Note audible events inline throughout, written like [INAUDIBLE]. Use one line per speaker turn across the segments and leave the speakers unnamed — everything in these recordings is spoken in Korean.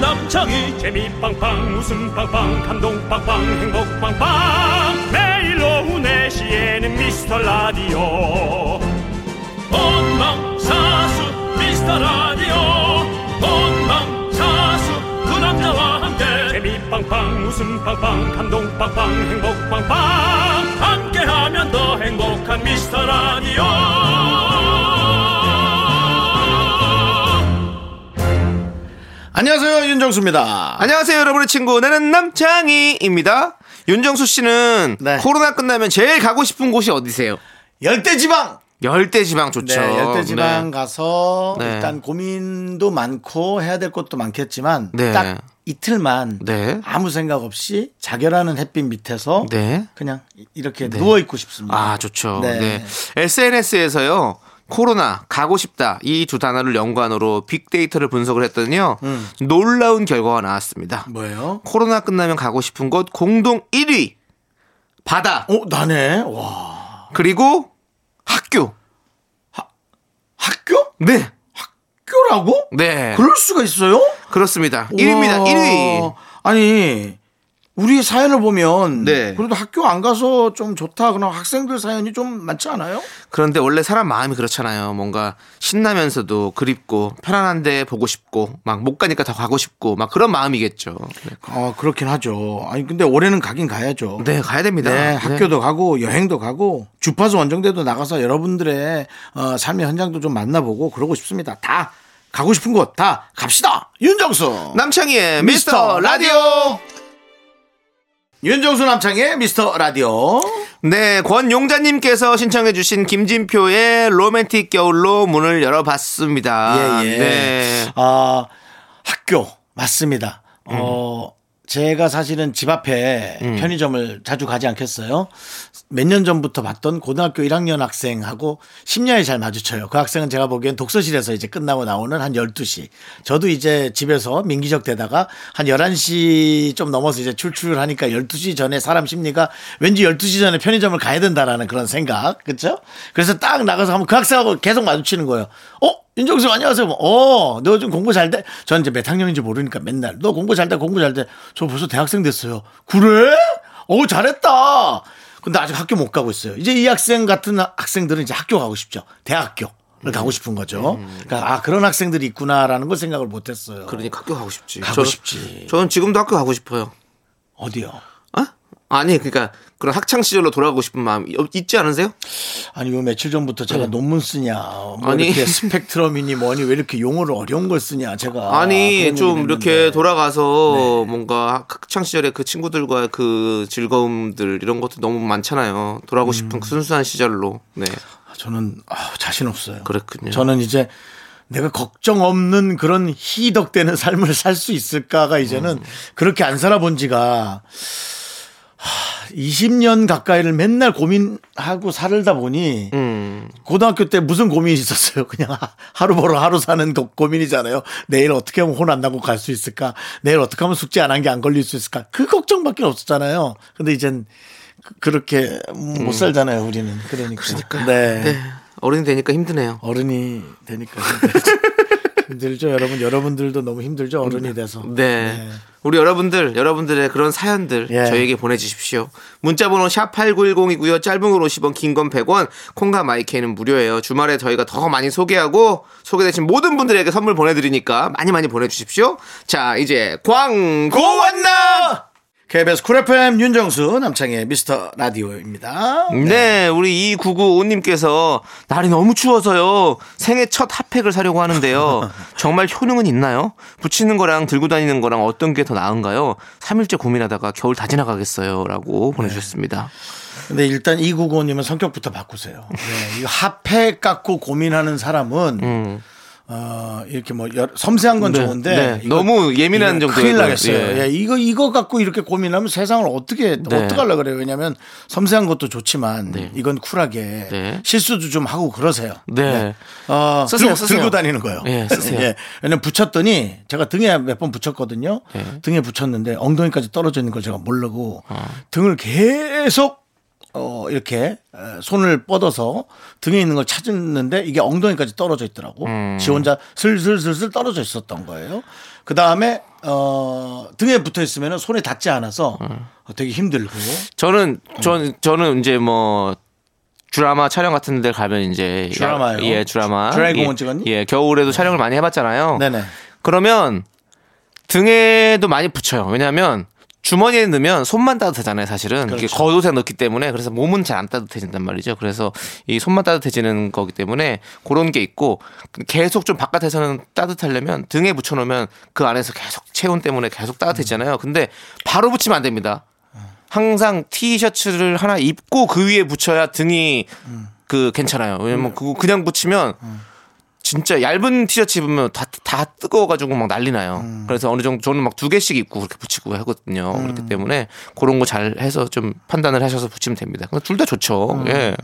빵빵이
재미 빵빵 웃음 빵빵 감동 빵빵 행복 빵빵 매일 오후 네시에는 미스터 라디오
본방사수 미스터 라디오 본방사수 그 남자와 함께
재미 빵빵 웃음 빵빵 감동 빵빵 행복 빵빵
함께하면 더 행복한 미스터 라디오
안녕하세요 윤정수입니다.
안녕하세요, 여러분의 친구. 나는 남창희입니다. 윤정수 씨는
네.
코로나 끝나면 제일 가고 싶은 곳이 어디세요?
열대지방.
열대 지방 좋죠.
네, 열대지방
네.
가서
네.
일단 고민도 많고 해야 될 것도 많겠지만
네.
딱 이틀만
네.
아무 생각 없이 자결하는 햇빛 밑에서
네.
그냥 이렇게 누워 있고 싶습니다.
아, 좋죠.
네.
네. SNS에서요. 코로나 가고 싶다 이 두 단어를 연관으로 빅데이터를 분석을 했더니요
음.
놀라운 결과가 나왔습니다.
뭐예요?
코로나 끝나면 가고 싶은 곳 공동 1위 바다
어 나네. 와
그리고 학교
학교?
네
학교라고?
네.
그럴 수가 있어요?
그렇습니다. 1위입니다. 1위.
우와. 아니 우리 사연을 보면
네.
그래도 학교 안 가서 좀 좋다 그런 학생들 사연이 좀 많지 않아요?
그런데 원래 사람 마음이 그렇잖아요. 뭔가 신나면서도 그립고 편안한데 보고 싶고 막 못 가니까 더 가고 싶고 막 그런 마음이겠죠. 네,
아 그렇긴 하죠. 아니 근데 올해는 가긴 가야죠.
네, 가야 됩니다.
네, 학교도 가고 여행도 가고 주파수 원정대도 나가서 여러분들의 어, 삶의 현장도 좀 만나보고 그러고 싶습니다. 다 가고 싶은 곳 다 갑시다. 윤정수
남창희의 네, 미스터 라디오.
윤정수 남창의 미스터 라디오.
네, 권용자님께서 신청해주신 김진표의 로맨틱 겨울로 문을 열어봤습니다.
예, 예.
네.
아, 학교 맞습니다. 어, 제가 사실은 집 앞에 편의점을 자주 가지 않겠어요. 몇 년 전부터 봤던 고등학교 1학년 학생하고 심야에 잘 마주쳐요. 그 학생은 제가 보기엔 독서실에서 이제 끝나고 나오는 한 12시. 저도 이제 집에서 민기적 되다가 한 11시 좀 넘어서 이제 출출하니까 12시 전에 사람 심리가 왠지 12시 전에 편의점을 가야 된다라는 그런 생각. 그렇죠? 그래서 딱 나가서 한번 그 학생하고 계속 마주치는 거예요. 어? 윤정수 안녕하세요. 뭐, 어, 너 요즘 공부 잘 돼? 전 이제 몇 학년인지 모르니까 맨날 너 공부 잘 돼, 공부 잘 돼. 저 벌써 대학생 됐어요. 그래? 어, 잘했다. 근데 아직 학교 못 가고 있어요. 이제 이 학생 같은 학생들은 이제 학교 가고 싶죠. 대학교를
음.
가고 싶은 거죠. 그러니까 아 그런 학생들이 있구나라는 걸 생각을 못했어요.
그러니까 학교 가고 싶지.
가고
저는-
싶지.
저는 지금도 학교 가고 싶어요.
어디요?
어? 아니, 그러니까 그런 학창 시절로 돌아가고 싶은 마음 이- 있지 않으세요?
아니 요 며칠 전부터 제가 논문 쓰냐, 뭐
음. 아니.
이렇게 스펙트럼이니 뭐니 왜 이렇게 용어를 어려운 걸 쓰냐 제가
아니
그런
좀
얘기를
이렇게
했는데.
돌아가서 뭔가 학창 시절의 그 친구들과 그 즐거움들 이런 것도 너무 많잖아요. 돌아가고 싶은 그 순수한 시절로. 네.
저는 아, 자신 없어요.
그렇군요.
저는 이제 내가 걱정 없는 그런 희덕되는 삶을 살 수 있을까가 이제는
음.
그렇게 안 살아본 지가 하, 20년 가까이를 맨날 고민하고 살다 보니
음.
고등학교 때 무슨 고민이 있었어요? [LAUGHS] 그냥 하- 하루 벌어 하루 사는 거- 고민이잖아요. 내일 어떻게 하면 혼 안 나고 갈 수 있을까? 내일 어떻게 하면 숙제 안 한 게 안 걸릴 수 있을까? 그 걱정밖에 없었잖아요. 근데 이젠 그- 그렇게 못 살잖아요, 우리는. 음. 그러니까. 네.
네. 어른이 되니까 힘드네요.
어른이 [LAUGHS] 되니까 힘들죠. 힘들죠, 여러분. 여러분들도 너무 힘들죠, 어른이 돼서.
네. 우리 여러분들, 여러분들의 그런 사연들
예.
저희에게 보내주십시오. 문자번호 샵 8910이고요. 짧은 건 50원, 긴 건 100원, 콩과 마이케는 무료예요. 주말에 저희가 더 많이 소개하고 소개되신 모든 분들에게 선물 보내드리니까 많이 많이 보내주십시오. 자, 이제 광고 왔나?
KBS 쿨 FM 윤정수 남창의 미스터 라디오입니다.
네, 우리 2995님께서 날이 너무 추워서요. 생애 첫 핫팩을
[LAUGHS]
사려고 하는데요. 정말 효능은 있나요? 붙이는 거랑 들고 다니는 거랑 어떤 게 더 나은가요? 3일째 고민하다가 겨울 다 지나가겠어요. 라고
네.
보내주셨습니다.
근데 일단 이구고님은 성격부터 바꾸세요. 네, 이 핫팩 갖고 고민하는 사람은 어, 이렇게 뭐 여러- 섬세한 건
음. 네,
좋은데
네.
이거-
너무 예민한
이거
정도의
큰일
거-
나겠어요.
예.
예, 이거 이거 갖고 이렇게 고민하면 세상을 어떻게
네.
어떻게 하려 그래요? 왜냐하면 섬세한 것도 좋지만 이건 쿨하게
네.
실수도 좀 하고 그러세요.
네.
어,
쓰세요,
들고,
쓰세요.
들고 다니는 거예요.
예, 쓰세요.
왜냐면 붙였더니 제가 등에 몇 번 붙였거든요.
예.
등에 붙였는데 엉덩이까지 떨어져 있는 걸 제가 모르고
어.
등을 계속 어, 이렇게 에, 손을 뻗어서 등에 있는 걸 찾았는데 이게
음.
엉덩이까지 떨어져 있더라고. 지 혼자 슬슬슬슬 떨어져 있었던 거예요. 그 다음에 어, 등에 붙어 있으면 손에 닿지 않아서
어.
되게 힘들고
저는
음.
전 저는 이제 뭐 드라마 촬영 같은 데 가면 이제
드라마요?
예 드라마
드- 드라이브
예,
공원 찍었니?
예 겨울에도 촬영을 많이 해봤잖아요.
네. 네네.
그러면 등에도 많이 붙여요. 왜냐하면 주머니에 넣으면 손만 따뜻하잖아요, 사실은. 이게
그렇죠.
겉옷에 넣기 때문에 그래서 몸은 잘 안 따뜻해진단 말이죠. 그래서 이 손만 따뜻해지는 거기 때문에 그런 게 있고 계속 좀 바깥에서는 따뜻하려면 등에 붙여놓으면 그 안에서 계속 체온 때문에 계속
음.
따뜻해지잖아요. 근데 바로 붙이면 안 됩니다. 항상 티셔츠를 하나 입고 그 위에 붙여야 등이
음.
그 괜찮아요. 왜냐면 그거 그냥 붙이면 진짜 얇은 티셔츠 입으면 다, 다 뜨거워가지고 막 난리 나요.
음.
그래서 어느 정도 저는 막 두 개씩 입고 그렇게 붙이고 하거든요. 그렇기 때문에 그런 거 잘 해서 좀 판단을 하셔서 붙이면 됩니다. 둘 다 좋죠.
음.
예.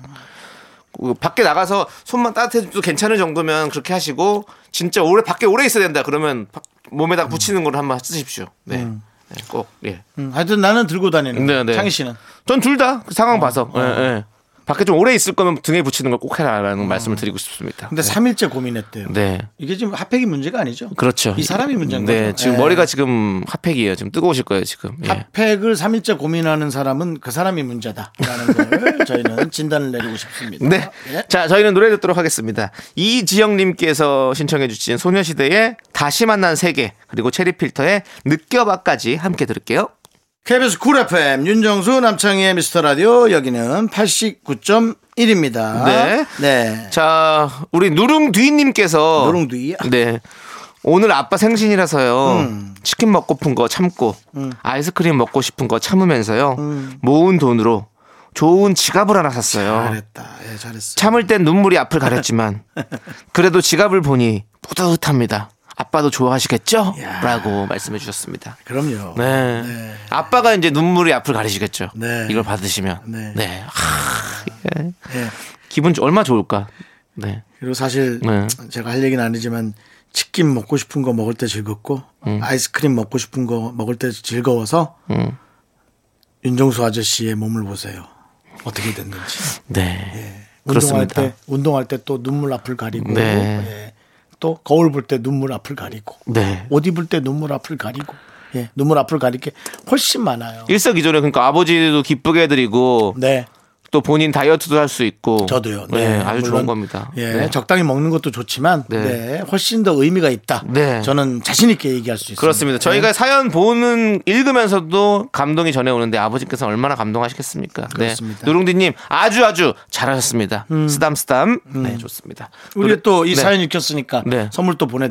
그 밖에 나가서 손만 따뜻해도 괜찮을 정도면 그렇게 하시고 진짜 오래 밖에 오래 있어야 된다 그러면 바- 몸에다가 붙이는 걸 한번 쓰십시오. 네. 네, 꼭 예.
음, 하여튼 나는 들고 다니는
네,
거.
네.
음. 창희 씨는 어,
전 둘 다 상황 봐서. 예, 예. 밖에 좀 오래 있을 거면 등에 붙이는 걸 꼭 해라라는 말씀을 드리고
음.
싶습니다.
근데 삼일째 고민했대요.
네.
이게 지금 핫팩이 문제가 아니죠.
그렇죠.
이 사람이 문제인
네,
거죠.
지금
예.
머리가 지금 핫팩이에요. 지금 뜨거우실 거예요, 지금. 예.
핫팩을 삼일째 고민하는 사람은 그 사람이
[LAUGHS]
문제다라는 걸 저희는 진단을 내리고 싶습니다.
네.
예.
자, 저희는 노래 듣도록 하겠습니다. 이지영님께서 신청해주신 소녀시대의 다시 만난 세계, 그리고 체리필터의 느껴봐까지 함께 들을게요.
KBS 쿨 FM 윤정수 남창희의 미스터 라디오 여기는 89.1입니다.
네.
네.
자, 우리 누룽뒤님께서.
노롱두이
네. 오늘 아빠 생신이라서요.
음.
치킨 먹고 싶은 거 참고, 아이스크림 먹고 싶은 거 참으면서요. 모은 돈으로 좋은 지갑을 하나 샀어요.
음. 잘했다. 예, 잘했어.
참을 땐 눈물이
[LAUGHS]
앞을 가렸지만 그래도 지갑을 보니 뿌듯합니다. 아빠도 좋아하시겠죠? 라고 말씀해 주셨습니다.
그럼요.
네. 아빠가 이제 눈물이 앞을 가리시겠죠.
네.
이걸 받으시면.
네.
네. 하, 예.
예.
기분 좋- 얼마 좋을까? 네.
그리고 사실
네.
제가 할 얘기는 아니지만 치킨 먹고 싶은 거 먹을 때 즐겁고 아이스크림 먹고 싶은 거 먹을 때 즐거워서
음.
윤정수 아저씨의 몸을 보세요. 어떻게 됐는지.
네.
운동할
[LAUGHS] 그렇습니다.
때 운동할 때 또 눈물 앞을 가리고
네.
예. 또 거울 볼 때 눈물 앞을 가리고
네.
옷 입을 때 눈물 앞을 가리고 예. 눈물 앞을 가리게 훨씬 많아요.
일석이조네. 그러니까 아버지도 기쁘게 해드리고
네.
또 본인 다이어트도 할 수 있고.
저도요.
네. 아주
물론,
좋은 겁니다.
예,
네.
적당히 먹는 것도 좋지만 네.
네.
훨씬 더 의미가 있다.
네.
저는 자신 있게 얘기할 수 있습니다.
그렇습니다. 저희가 사연 보는 읽으면서도 감동이 전해 오는데 아버지께서 얼마나 감동하시겠습니까?
그렇습니다. 음.
네. 누룽디님 아주 아주 잘하셨습니다. 쓰담 쓰담. 네 좋습니다.
우리
노래-
또 이
네.
사연 읽혔으니까
네.
선물 또 보내드릴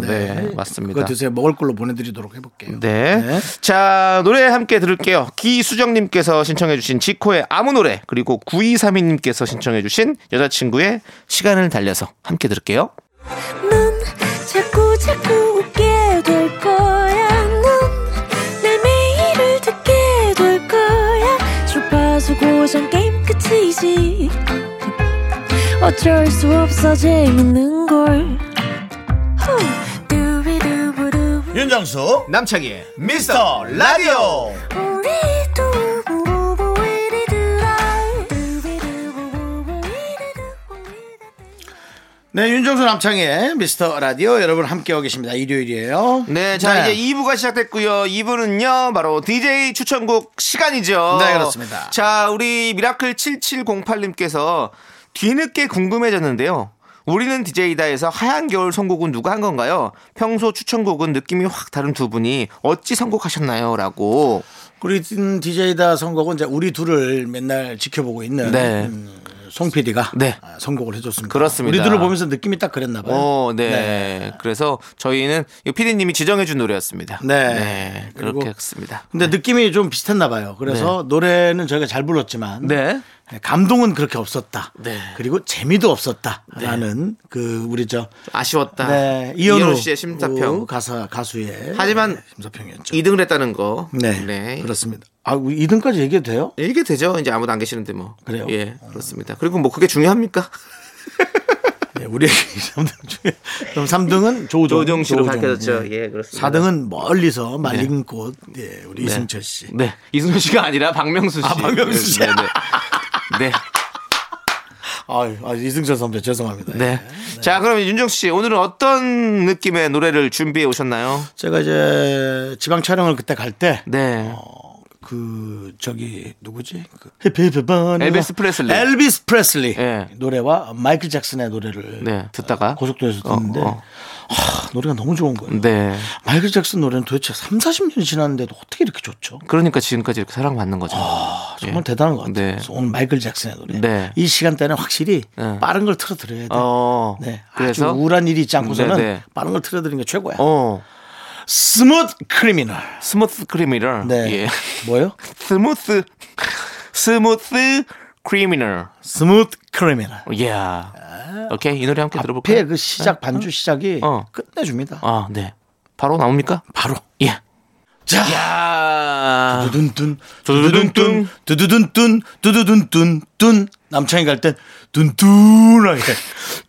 거예요.
네, 맞습니다.
그거 드세요. 먹을 걸로 보내드리도록 해볼게요.
네.
네.
자, 노래 함께 들을게요. 기수정님께서 신청해주신 지코의 아무 노래, 그리고 9232님께서 신청해주신 여자친구의 시간을 달려서 함께 들을게요.
넌 자꾸 자꾸 웃게 될 거야. 넌내 매일을 듣게 될 거야. 주파수 고정 게임 끝이지. 어쩔 수 없어 재밌는 걸. 후. 두비두부두.
윤정수
남창희의
미스터 라디오.
우리 두부부부 우리 두라. 두비두부부부 우리 두부부.
네, 윤정수 남창의 미스터 라디오 여러분 함께하고 계십니다. 일요일이에요.
네, 자 이제 2부가 시작됐고요. 2부는요, 바로 DJ 추천곡 시간이죠.
네, 그렇습니다.
자, 우리 미라클 7708님께서 뒤늦게 궁금해졌는데요. 우리는 DJ다에서 하얀 겨울 선곡은 누가 한 건가요? 평소 추천곡은 느낌이 확 다른 두 분이 어찌 선곡하셨나요? 라고.
우리 DJ다 선곡은 이제 우리 둘을 맨날 지켜보고 있는
네.
음, 송 PD가 아,
네.
선곡을 해줬습니다.
그렇습니다.
우리 둘을 보면서 느낌이 딱 그랬나 봐요.
어, 네. 그래서 저희는 이 피디님이 지정해준 노래였습니다.
네.
그렇게
그리고-
했습니다.
근데 느낌이 좀 비슷했나 봐요. 그래서 노래는 저희가 잘 불렀지만
네.
감동은 그렇게 없었다.
네.
그리고 재미도 없었다라는 그 우리 저
아쉬웠다.
네,
이현우,
이현우,
씨의 심사평.
가사 가수의
하지만
심사평이었죠.
2등을 했다는 거.
네. 그렇습니다. 아, 2등까지 얘기해도 돼요?
예, 이게 되죠. 이제 아무도 안 계시는데 뭐.
그래요?
예, 그렇습니다. 그리고 뭐 그게 중요합니까?
네, 우리 3등 중에 그럼 3등은 조우종,
조종 씨로
조우종.
밝혀졌죠.
예.
예, 그렇습니다.
4등은 멀리서 말린 꽃 예, 우리 이승철 씨.
네. 이승철 아, 씨가 아니라 박명수 씨.
박명수 씨.
네. 네. 네.
아유, 아, 이승철 선배 죄송합니다.
네. 자, 그럼 윤정수 씨, 오늘은 어떤 느낌의 노래를 준비해 오셨나요?
제가 이제 지방 촬영을 그때 갈 때 그
네.
저기 누구지? 그 히피 히피 바나나.
엘비스 프레슬리.
엘비스 프레슬리
예.
노래와 마이클 잭슨의 노래를
네, 듣다가?
고속도로에서 듣는데
어, 어.
하, 노래가 너무 좋은 거예요.
네.
마이클 잭슨 노래는 도대체 3, 40년이 지났는데도 어떻게 이렇게 좋죠?
그러니까 지금까지 이렇게 사랑받는 거죠.
아, 정말 대단한 것 같아요.
네.
그래서 오늘 마이클 잭슨의 노래.
네.
이 시간대는 확실히
네.
빠른 걸 틀어드려야 돼.
어.
네.
그래서
아주 우울한 일이 있지 않고서는
네, 네.
빠른 걸 틀어드리는 게 최고야.
어.
스무트 크리미널.
스무스 크리미널.
네.
예. [LAUGHS]
뭐요?
스무스 스무스 크리미널.
스무트 크리미널.
예. 오케이. 이 노래 함께 들어볼까요?
앞에 그 시작 반주 시작이
네? 어.
끝내줍니다.
아, 네. 바로 나옵니까?
바로.
예.
자.
야.
두둔둔
두두둔둔.
두두둔둔 두두둔둔 두두둔둔 둔 남창이 갈 땐 둔둔하게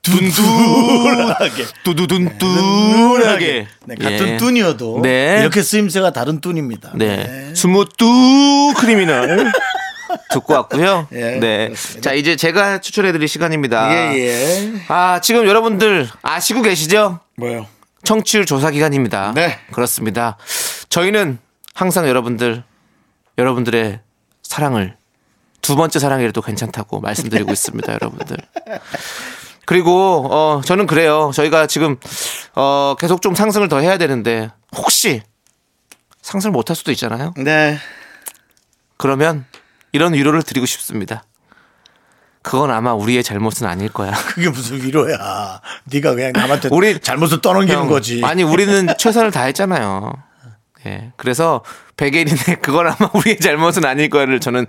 둔둔하게
두두둔둔하게.
네,
예.
같은 뚠이어도
네.
이렇게 쓰임새가 다른 뚠입니다.
네. 스무뚜 크리미널. 듣고 왔고요.
예,
네. 자, 이제 제가 추천해 드릴 시간입니다.
예, 예.
아, 지금 여러분들 아시고 계시죠?
뭐요?
청취율 조사 기간입니다.
네.
그렇습니다. 저희는 항상 여러분들 여러분들의 사랑을 두 번째 사랑이라도 괜찮다고 말씀드리고 있습니다, 여러분들. 그리고 어 저는 그래요. 저희가 지금 어 계속 좀 상승을 더 해야 되는데 혹시 상승을 못 할 수도 있잖아요.
네.
그러면 이런 위로를 드리고 싶습니다. 그건 아마 우리의 잘못은 아닐 거야.
그게 무슨 위로야. 네가 그냥 남한테
우리
잘못을 떠넘기는
형,
거지.
아니 우리는 최선을 다했잖아요. 예. 그래서 백예린의 그건 아마 우리의 잘못은 아닐 거를 저는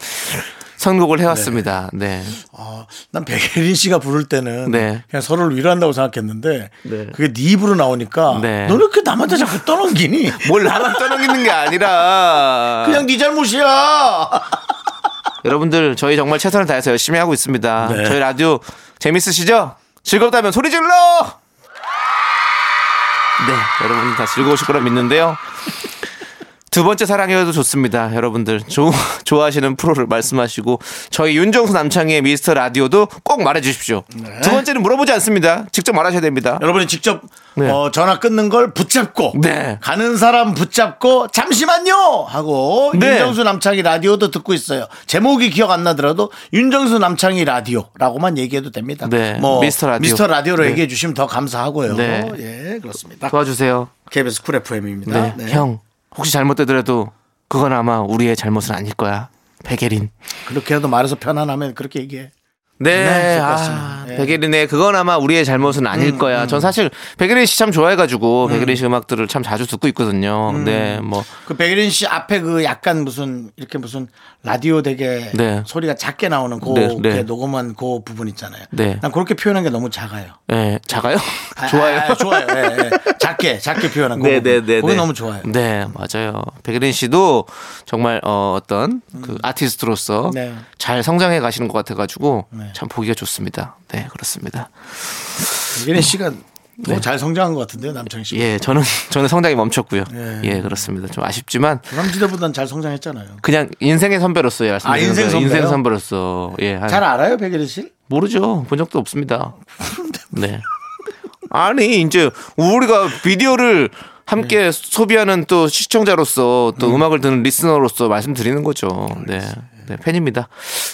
선곡을 해왔습니다. 네.
어, 난 백예린 씨가 부를 때는
네.
그냥 서로를 위로한다고 생각했는데
네.
그게 네 입으로 나오니까
네. 뭐,
너는 그 남한테 자꾸 떠넘기니?
뭘 나만 떠넘기는 게 아니라
그냥 네 잘못이야.
여러분들 저희 정말 최선을 다해서 열심히 하고 있습니다.
네.
저희 라디오 재밌으시죠? 즐겁다면 소리 질러! 네, 여러분 다 즐거우실 거라 믿는데요. 두 번째 사랑이어도 좋습니다. 여러분들 조, 좋아하시는 프로를 말씀하시고 저희 윤정수 남창희의 미스터 라디오도 꼭 말해주십시오. 두 번째는 물어보지 않습니다. 직접 말하셔야 됩니다.
여러분이 직접
네.
어, 전화 끊는 걸 붙잡고
네.
가는 사람 붙잡고 잠시만요 하고
네.
윤정수 남창희 라디오도 듣고 있어요. 제목이 기억 안 나더라도 윤정수 남창희 라디오라고만 얘기해도 됩니다.
네. 미스터 라디오.
로
네.
얘기해 주시면 더 감사하고요.
네.
예, 그렇습니다.
도와주세요.
KBS 쿨 FM입니다.
네. 형 혹시 잘못되더라도 그건 아마 우리의 잘못은 아니일 거야. 백예린.
그렇게라도 말해서 편안하면 그렇게 얘기해.
네,
네,
아,
그렇습니다. 네. 음,
백예린의 그건 아마 우리의 잘못은 아닐 거야. 전 사실 백예린 씨 참 좋아해가지고 백예린 씨 음악들을 참 자주 듣고 있거든요. 네, 뭐
그 백예린 씨 앞에 그 약간 무슨 이렇게 무슨 라디오 되게
네.
소리가 작게 나오는 그
네, 네.
게 녹음한 그 부분 있잖아요.
네.
난 그렇게 표현한 게 너무 작아요.
네, 작아요.
아,
좋아요.
아, 아, 좋아요. 예, 예. 작게 작게 표현한 거.
네, 네, 네,
그게
네.
너무 좋아요.
네, 맞아요. 백예린 씨도 정말 어, 어떤 그 아티스트로서
음. 네.
잘 성장해 가시는 것 같아가지고 참 보기가 좋습니다. 네, 그렇습니다.
백예린 씨가 더뭐 잘 성장한 것 같은데요, 남창희 씨.
네. 예, 저는 [LAUGHS] 저는 성장이 멈췄고요.
네.
예, 그렇습니다. 좀 아쉽지만
조남지대보다는 잘 성장했잖아요.
그냥 인생의 선배로서 예, 말씀드리는
아, 인생
거예요. 인생
선배요?
선배로서 예, 한-
잘 알아요, 백예린 씨?
모르죠. 본 적도 [LAUGHS] 없습니다. 네. 아니 이제 우리가 비디오를 함께 소비하는 또 시청자로서 또 네. 음. 악을 듣는 리스너로서 말씀드리는 거죠. 네. 네, 팬입니다.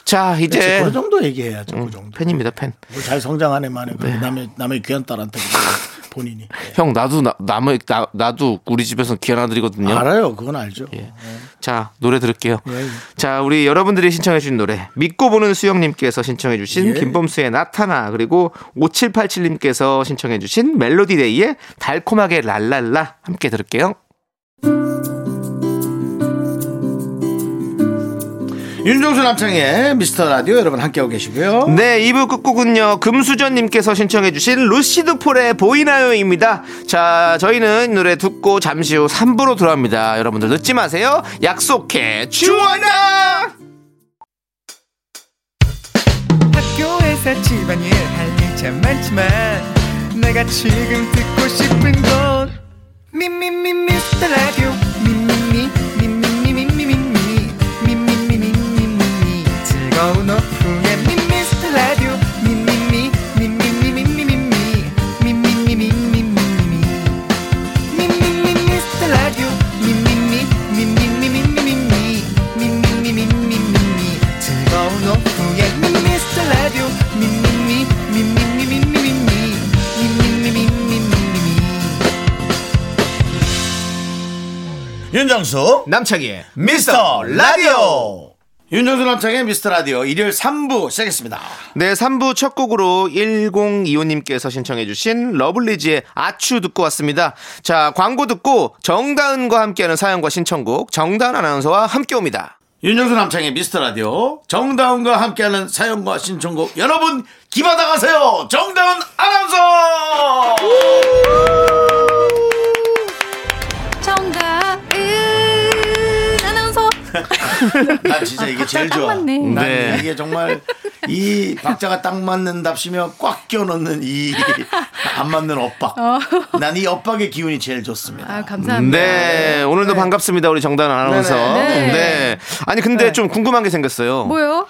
자 이제
그 정도 얘기해야죠, 그
예. 음, 네.
정도.
팬입니다 팬.
뭐잘 성장한 애만에 남의 남의 귀한 딸한테
[LAUGHS]
그래요, 본인이 예.
형 나도 나, 남의 나, 나도 우리 집에서 귀한 아들이거든요.
알아요, 그건 알죠.
예. 자 노래 들을게요.
예, 예.
자 우리 여러분들이 신청해주신 노래 믿고 보는 수영님께서 신청해주신 김범수의 나타나 그리고 5787님께서 신청해주신 멜로디데이의 달콤하게 랄랄라 함께 들을게요.
윤종수 남창의 미스터 라디오 여러분 함께하고 계시고요.
네 2부 끝곡은요 금수전님께서 신청해주신 루시드 폴의 보이나요입니다. 자 저희는 이 노래 듣고 잠시 후 3부로 돌아옵니다. 여러분들 늦지 마세요. 약속해 주원아.
학교에서 집안일 할 일 참 많지만 내가 지금 듣고 싶은 건 미미미 미스터 라디오 미미미 미미미미미미 미미미미미미 즐거운 오후
윤정수
남창희의
미스터 라디오
윤정수 남창의 미스터 라디오 일요일 3부 시작했습니다.
네, 3부 첫 곡으로 1025님께서 신청해주신 러블리즈의 아추 듣고 왔습니다. 자, 광고 듣고 정다은과 함께하는 사연과 신청곡 정다은 아나운서와 함께 옵니다.
윤정수 남창의 미스터 라디오 정다운과 함께하는 사연과 신청곡 여러분 기받아 가세요. 정다운 아나운서.
정다은 아나운서
난 진짜 이게 제일 좋아.
딱 맞네.
난
네.
이게 정말 이 박자가 딱 맞는답시며 꽉 끼워넣는 이 안 맞는 엇박. 난 이 엇박의 기운이 제일 좋습니다.
아, 감사합니다.
네, 오늘도 반갑습니다. 우리 정다은 아나운서.
네네.
네.
네.
아니, 근데 좀 궁금한 게 생겼어요.
뭐요?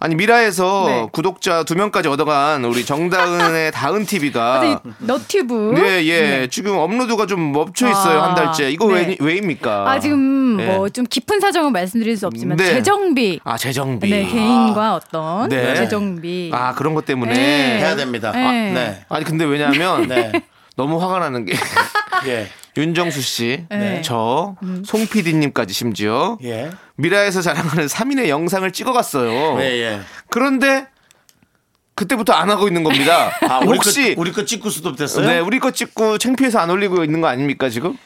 아니, 미라에서
네.
구독자 2명까지 얻어간 우리 정다은의
[LAUGHS] 이
다은TV가
네, 너튜브.
아. 네, 예. 지금 업로드가 좀 멈춰 있어요.
아,
한 달째. 이거
네.
왜, 왜입니까?
아 지금
예.
뭐 좀 깊은 사정은 말씀드릴 수 없지만
네.
재정비.
아, 재정비.
네, 개인과 어떤
네.
재정비.
아, 그런 것 때문에.
네.
해야 됩니다. 아,
네.
네.
아니 근데 왜냐하면
네.
너무 화가 나는 게 [LAUGHS]
예.
윤정수 씨,
네.
저, 송 PD님까지 심지어
음. 예.
미라에서 자랑하는 3인의 영상을 찍어갔어요.
예, 예.
그런데 그때부터 안 하고 있는 겁니다.
아, 우리
혹시
거, 우리 거 찍고 수도 됐어요?
네 우리 거 찍고 창피해서 안 올리고 있는 거 아닙니까 지금?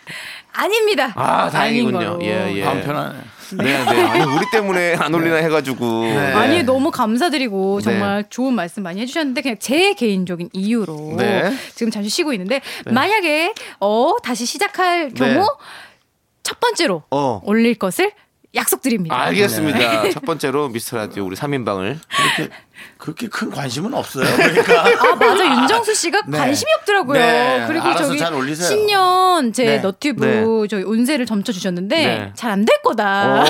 아닙니다.
아
아닌
다행이군요.
거로.
예예.
마음 네. 편하네.
네네. 아니 우리 때문에 안 올리나 해가지고.
아니 너무 감사드리고
네.
정말 좋은 말씀 많이 해주셨는데 그냥 제 개인적인 이유로
네.
지금 잠시 쉬고 있는데 만약에 어 다시 시작할 경우 첫 번째로
네. 어.
올릴 것을 약속드립니다.
알겠습니다.
네.
첫 번째로 미스터 라디오 우리 3인방을
그렇게, 그렇게 큰 관심은 없어요. 그러니까.
아 맞아 윤정수 씨가
네.
관심이 없더라고요.
네,
그리고
알아서
저기
잘 올리세요.
신년 제
네.
너튜브
네.
저희 운세를 점쳐 주셨는데
네.
잘 안 될
어.
거다.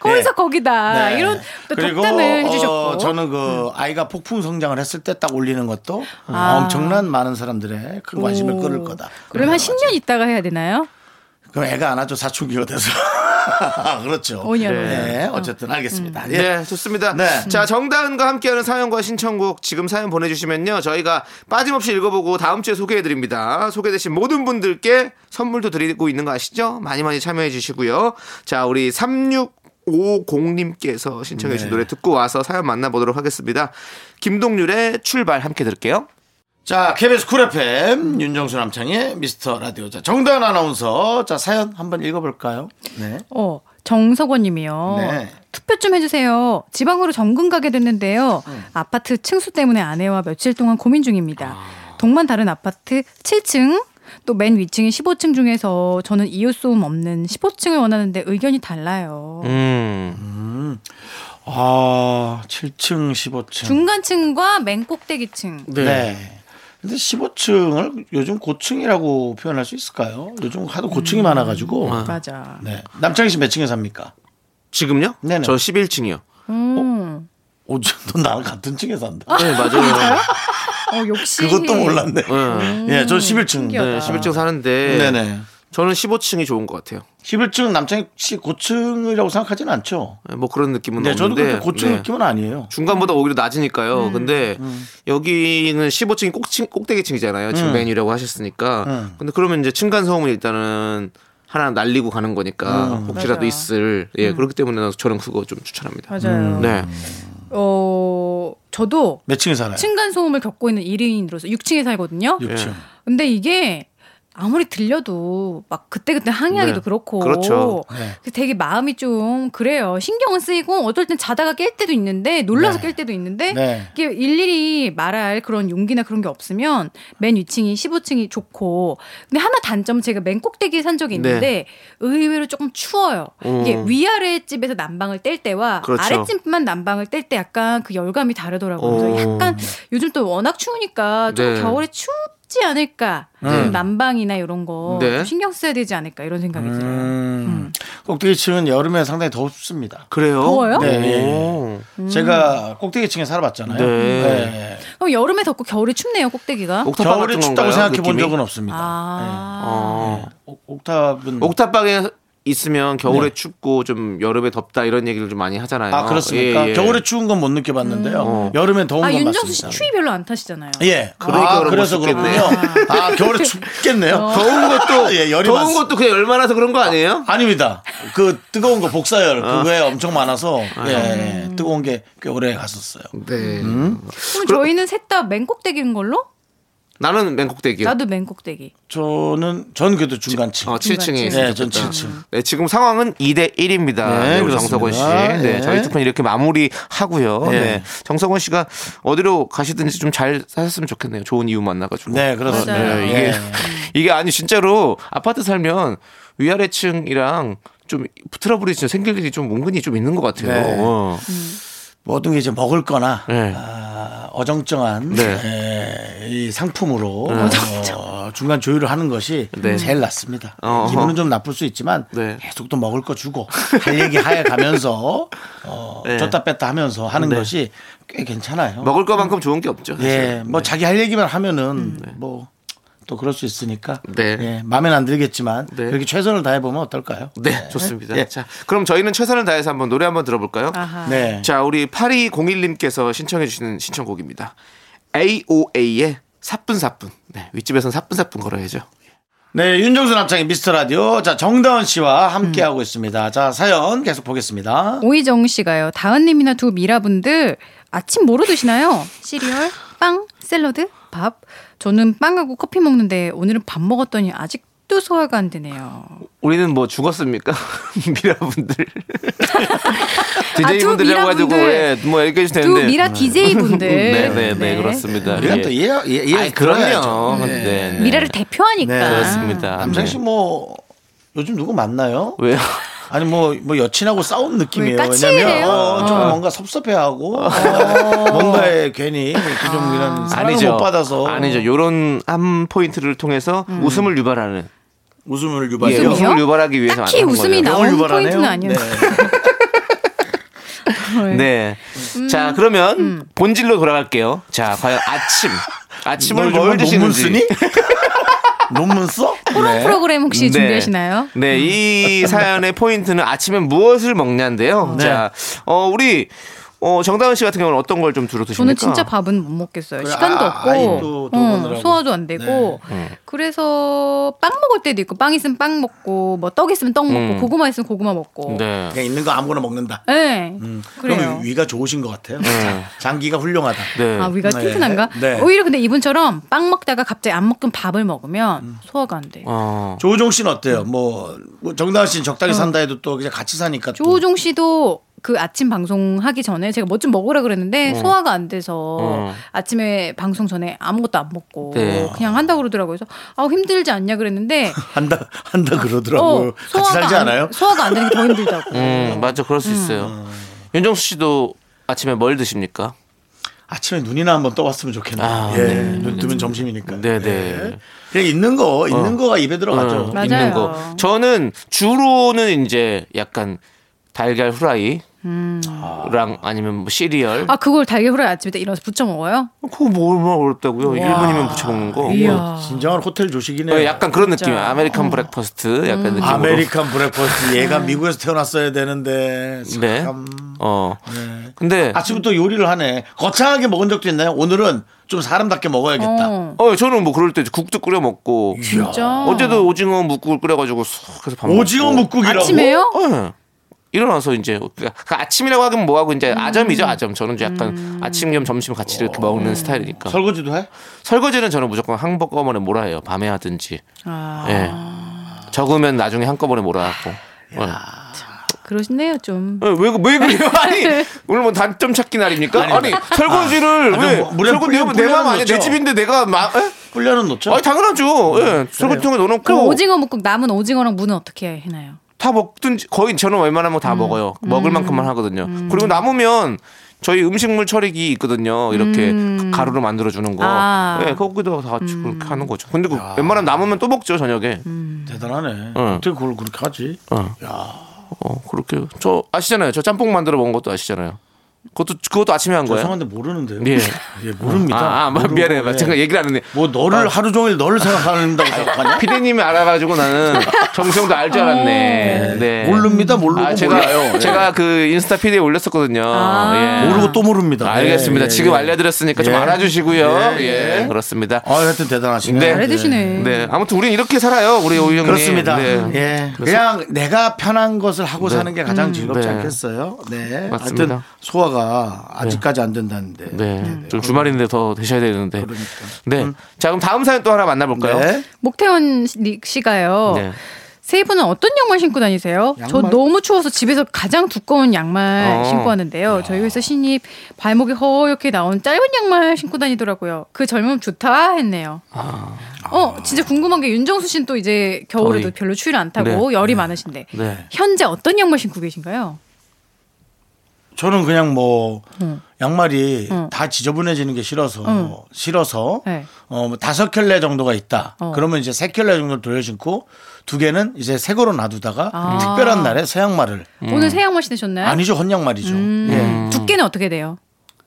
거기서 거기다
예. 네.
아, 이런 또
그리고,
독담을 해주셨고 음.
어, 저는 그 아이가 폭풍 성장을 했을 때 딱 올리는 것도
아.
엄청난 많은 사람들의 큰 관심을
오.
끌을 거다.
그럼 한 10년 있다가 해야 되나요?
그럼 애가 안 하죠 사춘기로 돼서. [LAUGHS] 그렇죠.
5년. 음.
네, 어쨌든 알겠습니다. 예.
네, 좋습니다.
네.
자, 정다은과 함께하는 사연과 신청곡 지금 사연 보내주시면요. 저희가 빠짐없이 읽어보고 다음 주에 소개해드립니다. 소개되신 모든 분들께 선물도 드리고 있는 거 아시죠? 많이 많이 참여해주시고요. 자, 우리 3650님께서
네.
신청해주신 노래 듣고 와서 사연 만나보도록 하겠습니다. 김동률의 출발 함께 들을게요.
자, KBS 쿨 FM 윤정수 남창의 미스터 라디오. 자, 정다은 아나운서. 자, 사연 한번 읽어볼까요? 네.
어, 정석원님이요.
네.
투표 좀 해주세요. 지방으로 정근 가게 됐는데요.
음.
아파트 층수 때문에 아내와 며칠 동안 고민 중입니다.
아.
동만 다른 아파트 7층. 또 맨 위층인 15층 중에서 저는 이웃소음 없는 15층을 원하는데 의견이 달라요.
음,
아, 7층, 15층.
중간층과 맨 꼭대기층.
네. 근데 15층을 요즘 고층이라고 표현할 수 있을까요? 요즘 하도 고층이 많아가지고.
음. 맞아.
네. 남창희 씨 몇 층에 삽니까?
지금요?
네네.
저 11층이요.
음.
오, 너 나랑 같은 층에 산다.
네, 맞아요.
어, 역시.
그것도 몰랐네.
네.
예, 저 11층.
음,
네,
신기하다.
11층 사는데
네네.
저는 15층이 좋은 것 같아요.
11층 남창희 씨 고층이라고 생각하지는 않죠?
네, 뭐 그런 느낌은
네, 저도
없는데
그렇게 고층
네.
느낌은 아니에요.
중간보다 오히려
음,
낮으니까요. 근데 여기는 15층이 꼭층 꼭대기층이잖아요. 지금 메뉴라고 하셨으니까.
음.
근데 그러면 이제 층간 소음은 일단은 하나 날리고 가는 거니까
음.
혹시라도
맞아요.
있을 예 그렇기 때문에 저는 그거 좀 추천합니다.
음.
맞아요.
네.
어, 저도
몇 층에 살아요?
층간 소음을 겪고 있는 1인으로서 6층에 살거든요.
6층.
근데 이게 아무리 들려도 막 그때그때 항의하기도
네.
그렇고
그렇죠.
네.
그래서 되게 마음이 좀 그래요. 신경은 쓰이고 어떨 땐 자다가 깰 때도 있는데 놀라서
네.
깰 때도 있는데
네.
이게 일일이 말할 그런 용기나 그런 게 없으면 맨 위층이 15층이 좋고 근데 하나 단점 제가 맨 꼭대기에 산 적이 있는데 의외로 조금 추워요. 이게 위아래 집에서 난방을 뗄 때와
그렇죠.
아래 집만 난방을 뗄 때 약간 그 열감이 다르더라고요.
오.
그래서 약간 요즘 또 워낙 추우니까 조금
네.
겨울에 춥지 않을까 좀 난방이나 이런 거좀
네.
신경 써야 되지 않을까 이런 생각이 들어요.
음. 꼭대기층은 여름에 상당히 덥습니다.
그래요?
더워요?
네.
오.
음.
제가 꼭대기층에 살아봤잖아요.
네.
그럼 여름에 덥고 겨울에 춥네요 꼭대기가.
옥탑방
겨울에
같은
춥다고
건가요?
생각해 본
느낌이?
적은 없습니다.
아
어.
옥- 옥탑은
옥탑방에 있으면
네.
겨울에 춥고 좀 여름에 덥다 이런 얘기를 좀 많이 하잖아요.
아 그렇습니까?
예, 음. 예.
겨울에 추운 건 못 느껴봤는데요. 여름엔 더운
아
건
윤정수 씨
맞습니다.
추위 별로 안 타시잖아요.
예,
그러니까
아,
그런
그래서
거 춥겠네.
그렇군요. 아 겨울에 춥겠네요.
어.
더운 것도
[LAUGHS] 예, 열이
더운
많습-
것도 그냥 열만해서 그런 거 아니에요?
아닙니다. 그 뜨거운 거 복사열
어.
그거에 엄청 많아서 예, 뜨거운 게 꽤 오래 갔었어요.
네.
음.
그럼 저희는 셋 다 맨꼭대기인 걸로?
나는 맨꼭대기요.
나도 맨꼭대기.
저는 전 그래도 중간층.
음,
어, 7층에
네, 전 7층.
네, 지금 상황은 2대 1입니다.
네,
네, 우리
그렇습니다.
정석원 씨. 네,
네.
저희 특편 이렇게 마무리 하고요.
네.
네. 정석원 씨가 어디로 가시든지 좀 잘 사셨으면 좋겠네요. 좋은 이유 만나가지고.
네, 그렇습니다.
맞아요.
네, 이게, [LAUGHS] 이게 아니, 진짜로 아파트 살면 위아래 층이랑 좀 트러블이 진짜 생길 일이 좀 은근히 좀 있는 것 같아요.
네.
어.
음.
모든 게 이제 먹을 거나
네.
아, 어정쩡한 예, 이 상품으로 어, 중간 조율을 하는 것이
네.
제일 낫습니다.
어허.
기분은 좀 나쁠 수 있지만
네.
계속 또 먹을 거 주고 할 얘기 하에 가면서 어,
네.
줬다 뺐다 하면서 하는 것이 꽤 괜찮아요.
먹을 것만큼 좋은 게 없죠. 사실. 네. 음,
예, 뭐 자기 할 얘기만 하면은 뭐 또 그럴 수 있으니까
네.
예, 마음엔 안 들겠지만
네.
그렇게 최선을 다해 보면 어떨까요?
네, 좋습니다.
예.
자, 그럼 저희는 최선을 다해서 한번 노래 한번 들어볼까요?
아하.
네.
자, 우리 8201님께서 신청해주시는 신청곡입니다. AOA의 사뿐사뿐. 네, 윗집에선 사뿐사뿐 걸어야죠.
네, 윤정수 남창의 미스터 라디오. 자, 정다은 씨와 함께하고 있습니다. 자, 사연 계속 보겠습니다.
오희정 씨가요. 다은님이나 두 미라분들 아침 뭐로 드시나요? 시리얼, 빵, 샐러드, 밥. 저는 빵하고 커피 먹는데 오늘은 밥 먹었더니 아직도 소화가 안 되네요.
우리는 뭐 죽었습니까? [LAUGHS] 미라분들. 아,
두
DJ분들이라고 해가지고, 예,
미라분들.
뭐 이렇게 해주셔도
두
되는데.
미라 DJ
[LAUGHS]
분들.
네, 네, 네, 그렇습니다.
우리가 또 이해, 이해, 이해
아이, 그럼요. 네. 네.
미라를 대표하니까.
네,
그렇습니다.
남창 씨
네.
뭐, 요즘 누구 만나요?
왜요?
아니, 뭐, 뭐, 여친하고 싸운 느낌이에요.
왜
왜냐면,
까칠해요?
어, 좀
어.
뭔가 섭섭해하고, 어, 뭔가에 괜히 좀 이런 사랑을
아니죠.
못 받아서.
아니죠. 요런 한 포인트를 통해서 웃음을 유발하는.
웃음을
예,
유발해요.
웃음을 유발하기 위해서
딱히
하는
웃음이
거죠.
너무
나오는
유발하네요.
포인트는 아니에요.
네.
음.
자, 그러면 본질로 돌아갈게요. 자, 과연
[LAUGHS]
아침. 아침을
너
뭘
요즘 논문
드시는지.
쓰니? [LAUGHS] 논문 써?
토론
네.
프로그램 혹시
네.
준비하시나요?
네, 이 사연의 포인트는 아침에 무엇을 먹냐인데요. 자, 어, 우리 어, 정다은 씨 같은 경우는 어떤 걸 좀 주로 드십니까?
저는 진짜 밥은 못 먹겠어요. 시간도
아, 아이도
없고
돌보느라고. 네.
어, 소화도 안 되고
어.
그래서 빵 먹을 때도 있고 빵 있으면 빵 먹고 뭐 떡 있으면 떡 먹고
음.
고구마 있으면 고구마 먹고. 네.
네.
그냥 있는 거 아무거나 먹는다.
그래요.
음. 그럼 위가 좋으신 것 같아요. 장기가 훌륭하다.
네.
아 위가
네.
튼튼한가?
네.
오히려 근데 이분처럼 빵 먹다가 갑자기 안 먹던 밥을
음.
먹으면 소화가 안 돼. 요
어.
조우종 씨는 어때요? 뭐, 뭐 정다은 씨는 적당히 산다 해도 또 그냥 같이 사니까 또.
어. 조우종 씨도 그 아침 방송 하기 전에 제가 뭐 좀 먹으라 그랬는데 소화가 안 돼서
어.
아침에 방송 전에 아무것도 안 먹고
네.
그냥 한다고 그러더라고요. 그래서 아 힘들지 않냐 그랬는데
한다 한다 그러더라고.
어,
요 같이 살지
안,
않아요?
소화가 안 되는 게
[LAUGHS]
더 힘들다고.
음, 맞아. 그럴 수 있어요. 윤정수 씨도 아침에 뭘 드십니까?
아침에 눈이나 한번 떠봤으면 좋겠네요.
아,
예,
네.
눈 뜨면 점심이니까.
네, 네.
예. 그냥 있는 거 있는 거가 입에 들어가죠.
어, 있는
맞아요.
거. 저는 주로는 이제 약간 달걀 후라이.
음.
랑 아니면 뭐 시리얼
아 그걸 달걀 후라이 아침에 딱 일어나서 부쳐 먹어요?
그거 뭐 얼마나 어렵다고요? 1분이면 부쳐 먹는 거.
이야. 음.
진정한 호텔 조식이네요.
어, 약간 그런 느낌이에요. 아메리칸 브렉퍼스트 약간 느낌으로.
아메리칸
네.
브레퍼스트 얘가 미국에서 태어났어야 되는데 참. 네.
네. 어. 근데
아침부터 요리를 하네. 거창하게 먹은 적도 있나요? 오늘은 좀 사람답게 먹어야겠다.
어.
어, 저는 뭐 그럴 때 국도 끓여
음.
먹고
진짜.
어제도 오징어 묵국을 끓여 가지고 쏙 해서 밥
오징어
먹고.
묵국이라고.
아침에요?
예. 일어나서 이제 그러니까 그 아침이라고 하긴 뭐하고 이제
음.
아점이죠 아점 저는 이제 약간 아침 겸 점심 같이 이렇게 먹는
음.
스타일이니까
설거지도 해?
설거지는 저는 무조건 한꺼번에 몰아해요 밤에 하든지
아
예. 적으면 나중에 한꺼번에 몰아하고 예.
그러시네요 좀.
왜, 그- 왜
[LAUGHS]
그래요? 아니, 오늘 뭐 단점 찾기 날입니까? 아니, 설거지를
아,
왜,
뭐, 물에
설거지
뿌리는
내가 내맘 아니야?
거죠?
내 집인데 내가 막, 에?
훈련은 놓죠.
아니, 당연하죠. 예, 설거지통에 넣어놓고.
그럼 오징어 묵국 남은 오징어랑 무는 어떻게 해나요?
다 먹든지, 거의 저는 웬만하면
음.
다 먹어요. 먹을 만큼만 하거든요. 그리고 남으면 저희 음식물 처리기 있거든요. 이렇게
음.
그 가루로 만들어주는 거.
아.
예, 거기도 다 같이 그렇게 하는 거죠. 근데 그 웬만하면 남으면 또 먹죠, 저녁에.
음. 대단하네.
응.
어떻게 그걸 그렇게 하지?
어, 그렇게. 저 아시잖아요. 저 짬뽕 만들어 먹은 것도 아시잖아요. 그것도 그것도 아침에 한 거예요.
죄송한데 모르는데요.
예.
[LAUGHS] 예, 모릅니다.
아, 아 마-
모르고,
미안해.
예.
제가 얘기를 안 했네.
뭐 너를
아.
하루 종일 너를 생각한다고 생각하냐?
피디님이 알아가지고 나는 정수영도 알 줄 [LAUGHS] 알았네.
어.
네.
모릅니다. 모르고
아, 제가
몰라요.
제가 그 인스타 피디에 올렸었거든요. 예.
모르고 또 모릅니다. 예,
알겠습니다.
예,
지금
예.
알려드렸으니까 좀
예.
알아주시고요.
예,
예,
예.
그렇습니다.
아, 하여튼 대단하시네.
네.
잘해드시네.
네, 아무튼 우린 이렇게 살아요. 우리 오이 형님.
그렇습니다.
네.
예.
그래서-
그냥 내가 편한 것을 하고 사는 게 가장 즐겁지
네.
않겠어요? 네.
맞습니다.
하여튼 소화가 아직까지 안 된다는데. 그러니까.
네, 좀 주말인데 더 되셔야 되는데. 네, 자 그럼 다음 사연 또 하나 만나볼까요?
그렇죠. 네.
목태원 씨- 씨가요.
네.
세 분은 어떤 양말 신고 다니세요? 저 너무 추워서 집에서 가장 두꺼운 양말
어.
신고 하는데요. 저희 회사 신입 발목이 허옇게 나온 짧은 양말 신고 다니더라고요. 그 젊음 좋다 했네요. 어, 진짜 궁금한 게 윤정수 씨는 또 이제 겨울에도
더위.
별로 추위를 안 타고 열이 많으신데
네.
현재 어떤 양말 신고 계신가요?
저는 그냥 뭐
음.
양말이 다 지저분해지는 게 싫어서 싫어서
네.
어뭐 다섯 켤레 정도가 있다.
어.
그러면 이제 세 켤레 정도를 돌려 신고 두 개는 이제 새 거로 놔두다가
아.
특별한 날에 새 양말을
오늘 새 양말 신으셨나요?
아니죠 헌양말이죠.
음. 두께는 어떻게 돼요?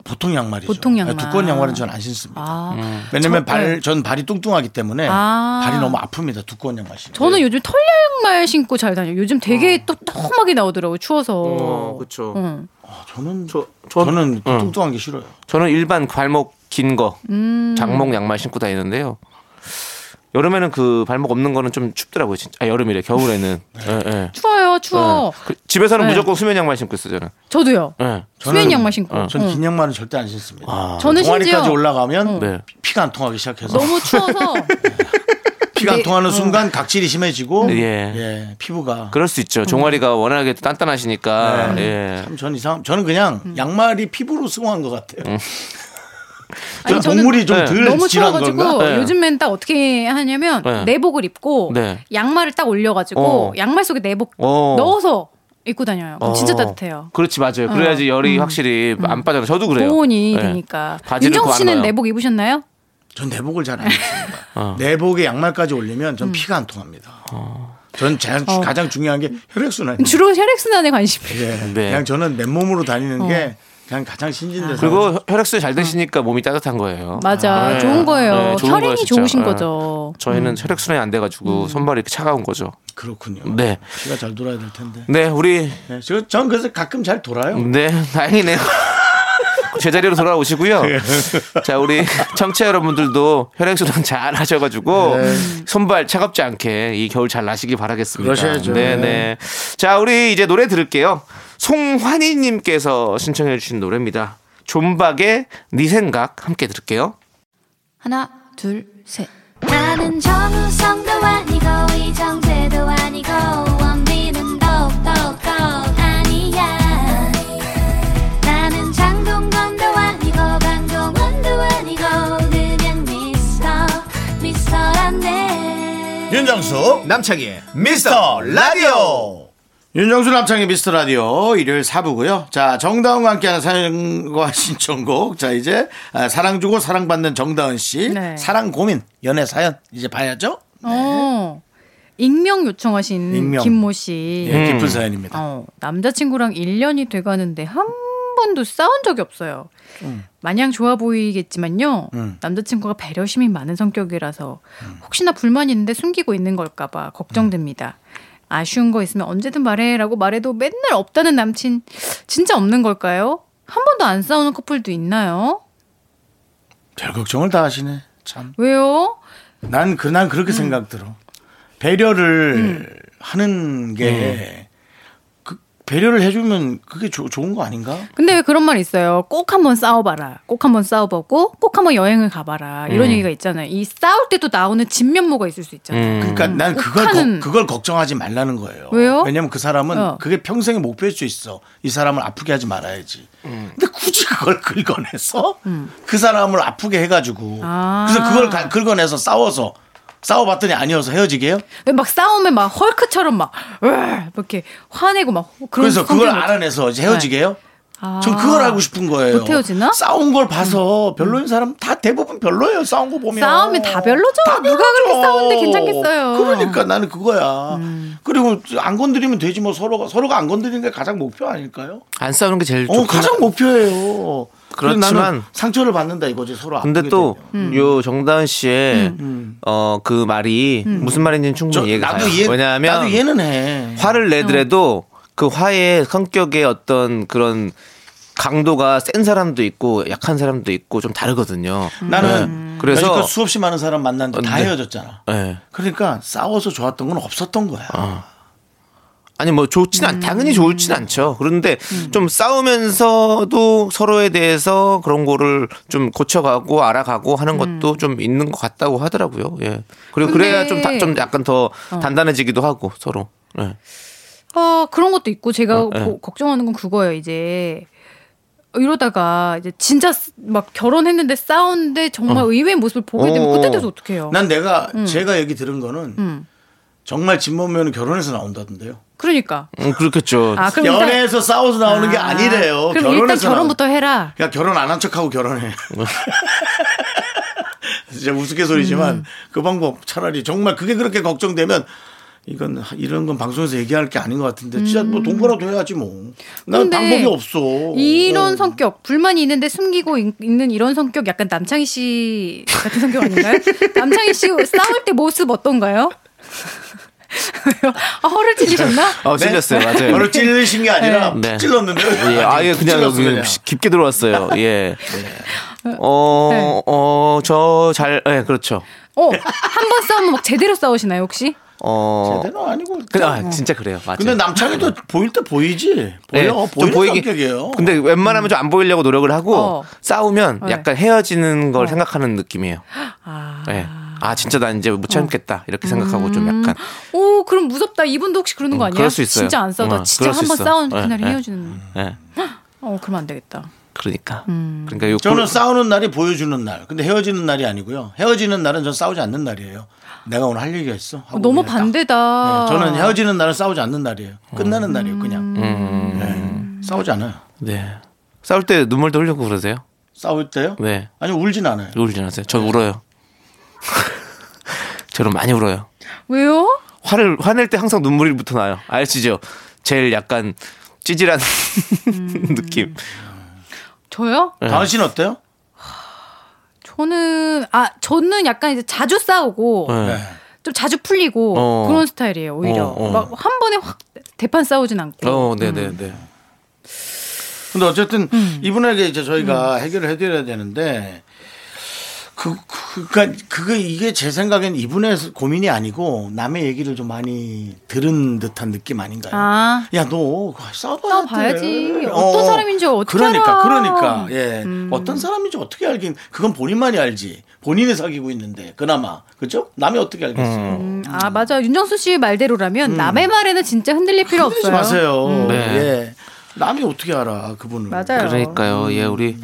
보통 양말이죠. 네,
보통 양말.
두꺼운 양말은 전 안 신습니다.
아,
왜냐면
저- 네.
발, 전 발이 뚱뚱하기 때문에
아.
발이 너무 아픕니다. 두꺼운 양말 신고.
저는 요즘 털 양말 신고 잘 다녀요. 요즘 되게 또 똥하게 나오더라고요. 추워서.
어, 그렇죠.
응.
아, 저는 음.
저- 저-
저는
응.
뚱뚱한 게 싫어요.
저는 일반 발목 긴 거,
음.
장목 양말 신고 다니는데요. 여름에는 그 발목 없는 거는 좀 춥더라고요, 진짜. 아, 여름이래, 겨울에는. 예, 예.
추워요, 추워.
예. 그 집에서는
네.
무조건 수면 양말 신고 있어 저는.
저도요.
예.
수면 양말 신고.
어,
전
응.
긴 양말은 절대 안 신습니다.
음. 저는
동아리까지
심지어 음.
올라가면
네.
피가 안 통하기 시작해서
너무
[LAUGHS]
추워서
피가 안
근데-
통하는 순간 각질이 심해지고
예.
예. 피부가
그럴 수
음.
있죠. 종아리가 워낙에 또 단단하시니까. 예.
참 전 이상 저는 그냥
음.
양말이 피부로 승화한 것 같아요.
아니,
저
저는
동물이
음. 네.
좀 덜
너무
진한
추워가지고
건가?
네.
요즘엔 딱 어떻게 하냐면
네.
내복을 입고
네.
양말을 딱 올려가지고
어.
양말 속에 내복
어.
넣어서 입고 다녀요. 그럼 진짜
어.
따뜻해요.
그렇지 맞아요. 그래야지
어.
열이 확실히 안 빠져나. 저도 그래요.
보온이
예.
음. 되니까.
바지를
윤정
그거 안
씨는
넣어요.
내복 입으셨나요?
전 내복을 잘 안 입습니다.
어.
내복에 양말까지 올리면
음.
전 피가 안 통합니다.
어.
전 자- 가장 중요한 게 혈액순환.
어. 주로 혈액순환에 관심이.
예.
네.
그냥 저는 맨몸으로 다니는
어.
게 그냥 가장 신진대사.
그리고 혈- 혈액순환 잘 되시니까 몸이 따뜻한 거예요.
맞아,
예.
좋은 거예요.
예, 좋은 거예요,
혈행이
진짜.
좋으신
예.
거죠. 음.
저희는 혈액순환이 안 돼가지고 손발이 이렇게 차가운 거죠.
그렇군요.
네.
피가 잘 돌아야 될 텐데.
네, 우리
네. 저- 전 그래서 가끔 잘 돌아요.
네 다행이네요. [LAUGHS] 제자리로 돌아오시고요. 자, 우리 청취자 여러분들도 혈액순환 잘 하셔가지고
네.
손발 차갑지 않게 이 겨울 잘 나시길 바라겠습니다.
그러셔야죠.
네, 네. 자, 우리 이제 노래 들을게요. 송환희님께서 신청해주신 노래입니다. 존박의 네 생각 함께 들을게요.
하나, 둘, 셋.
나는 정우성도 아니고 이정재도 아니고 원빈은 더욱더 아니야 나는 장동건도 아니고 강동원도 아니고 그냥 미스터 미스터란데
윤정수 남창희의 미스터 라디오
윤정수 남창의 미스터 라디오 일요일 4부고요. 자, 정다은과 함께하는 사연과 [LAUGHS] 신청곡. 자, 이제 아, 사랑 주고 사랑받는 정다은 씨.
네.
사랑 고민, 연애 사연 이제 봐야죠.
어. 익명 요청하신
익명.
김모 씨.
예, 깊은 사연입니다.
음. 어, 남자친구랑 1년이 돼가는데 한 번도 싸운 적이 없어요.
음.
마냥 좋아 보이겠지만요. 남자친구가 배려심이 많은 성격이라서
음.
혹시나 불만이 있는데 숨기고 있는 걸까봐 걱정됩니다.
음.
아쉬운 거 있으면 언제든 말해라고 말해도 맨날 없다는 남친 진짜 없는 걸까요? 한 번도 안 싸우는 커플도 있나요?
별 걱정을 다 하시네. 참.
왜요?
난 그 난
음.
그렇게 생각 들어. 배려를 하는
음.
게 그, 배려를 해주면 그게 조- 좋은 거 아닌가?
근데 왜 그런 말 있어요? 꼭 한번 싸워봐라. 꼭 한번 싸워보고 꼭 한번 여행을 가봐라.
음.
이런 얘기가 있잖아요. 이 싸울 때도 나오는 진면모가 있을 수 있잖아요.
그러니까 난 그걸
음. 욱하는-
거- 그걸 걱정하지 말라는 거예요.
왜요?
왜냐면 그 사람은
어.
그게 평생의 목표일 수 있어. 이 사람을 아프게 하지 말아야지. 근데 굳이 그걸 [LAUGHS] 긁어내서 그 사람을 아프게 해가지고
음. 아.
그래서 그걸 가- 긁어내서 싸워서 싸워봤더니 아니어서 헤어지게요.
근데 막 싸우면 막 헐크처럼 막, 으아! 막 이렇게 화내고 막 그런
그래서 그걸
성격 못-
알아내서 이제 헤어지게요.
아.
전 그걸 알고 싶은 거예요.
못 헤어지나? 음.
싸운 걸 봐서 별로인 사람 다 대부분 별로예요. 싸운 거 보면.
싸움이 다 별로죠. 누가 그렇게 싸우는데 괜찮겠어요. 음.
그러니까 나는 그거야. 그리고 안 건드리면 되지 뭐 서로가 서로가 안 건드리는 게 가장 목표 아닐까요?
안 싸우는 게 제일
어,
좋긴
가장 목표예요. 그래서 나는
그 그렇지만-
상처를 받는다 이거지 서로.
근데
아프게
또 음. 요
되면.
정다은 씨의 어 그 말이 무슨 말인지는
음. 저,
충분히 이해가
나도
가요.
이해.
왜냐하면
나도 이해는 해.
음.
화를 내더라도 그 화의 성격의 어떤 그런 강도가 센 사람도 있고 약한 사람도 있고 좀 다르거든요.
음. 나는
네.
그래서
그래서
수없이 많은 사람 만났는데 다
네.
헤어졌잖아.
예.
그러니까 싸워서 좋았던 건 없었던 거야.
아. 아니 뭐 좋진
음.
않 당연히 좋진 않죠. 그런데 좀 싸우면서도 서로에 대해서 그런 거를 좀 고쳐가고 알아가고 하는 것도 좀 있는 것 같다고 하더라고요. 예. 그리고 그래야
음. 근데- 어.
좀 다- 좀 약간 더 단단해지기도 하고 서로. 예.
아, 그런 것도 있고 제가
어, 예.
고- 걱정하는 건 그거예요. 이제 이러다가 이제 진짜 쓰- 막 결혼했는데 싸우는데 정말 의외의 모습을 보게 되면
어.
그때 돼서 어떡해요?
난 내가 제가 얘기 들은 거는
음.
정말 집보면 결혼해서 나온다던데요.
그러니까.
음, 그렇겠죠.
아, 그럼 일단-
연애에서 싸워서 나오는 게
아,
아니래요.
그럼 일단
결혼해서
결혼부터 해라.
야 결혼 안 한 척하고
[LAUGHS]
결혼해. 진짜 우스갯소리지만
음.
그 방법 차라리 정말 그게 그렇게 걱정되면 이건 하- 이런 건 방송에서 얘기할 게 아닌 것 같은데 진짜 뭐 돈거라도 해야지 뭐. 난
음. 근데
방법이 없어.
이런
어.
성격 불만이 있는데 숨기고 있- 있는 이런 성격 약간 남창희 씨 같은 성격
[LAUGHS]
아닌가요? 남창희 씨 싸울 때 모습 어떤가요? [LAUGHS] 왜요? 아, 허를 찔리셨나?
어, 찔렸어요. 맞아요.
저를 네? 찔리신 게 아니라
네.
푹 찔렀는데.
예, 아예 그냥
찔렀어,
여기
그냥. 네. [LAUGHS]
깊게 들어왔어요. 예.
네.
어, 어, 저 잘, 예, 그렇죠.
어, 한 번 싸우면 막 제대로 싸우시나요, 혹시?
어,
제대로 아니고.
그, 아, 진짜 그래요. 맞아요.
네. 근데 남창이도 보일 때 보이지.
예,
보여.
좀
보이는
보이기-
성격이에요.
근데 웬만하면 좀 안 보이려고 노력을 하고
어.
싸우면
네.
약간 헤어지는 걸 생각하는 느낌이에요.
아.
예. 아, 진짜 난 이제 못 참겠다. 이렇게 생각하고 좀
음.
약간.
오, 그럼 무섭다. 이분도 혹시 그러는 거
음,
아니야?
그럴 수 있어요.
진짜 안 싸우다.
어,
진짜
그럴 수
한 번
있어.
싸운
예,
그날
예.
헤어지는.
예.
어, 그러면 안 되겠다.
그러니까. 그러니까 요
음. 저는 싸우는 날이 보여주는 날. 근데 헤어지는 날이 아니고요. 헤어지는 날은 전 싸우지 않는 날이에요. 내가 오늘 할 얘기가 있어.
아,
하고
어, 너무
그냥 딱.
반대다.
네, 저는 헤어지는 날은 싸우지 않는 날이에요. 끝나는
음.
날이에요, 그냥.
음.
네, 싸우지 않아요.
네. 싸울 때 눈물도 흘리고 그러세요?
싸울 때요?
네.
아니 울진 않아요.
울지 않으세요? 저 울어요. [LAUGHS] 저는 많이 울어요.
왜요?
화를 화낼 때 항상 눈물이부터 나요. 아시죠? 제일 약간 찌질한 [LAUGHS] 느낌.
저요?
다은 씨는 어때요?
저는 아 저는 약간 이제 자주 싸우고
네.
좀 자주 풀리고
어.
그런 스타일이에요 오히려
어, 어.
막 한 번에 확 대판 싸우진 않고
어, 네, 네, 네.
음. 근데 어쨌든
음.
이분에게 이제 저희가 해결을 해드려야 되는데 그, 그, 그니까, 그거, 이게 제 생각엔 이분의 고민이 아니고 남의 얘기를 좀 많이 들은 듯한 느낌 아닌가요?
아
야, 너 싸워봐야
싸워봐야지.
돼.
어떤 사람인지 어떻게
그러니까,
알아? 음.
그러니까. 예. 어떤 사람인지 어떻게 알긴. 그건 본인만이 알지. 본인이 사귀고 있는데, 그나마. 그죠? 남이 어떻게 알겠어요?
음, 아 맞아 윤정수 씨 말대로라면 남의 말에는 진짜 흔들릴 필요
음. 흔들리지
없어요. 음.
마세요.
네.
예. 남이 어떻게 알아, 그분을.
맞아요.
그러니까요. 예, 우리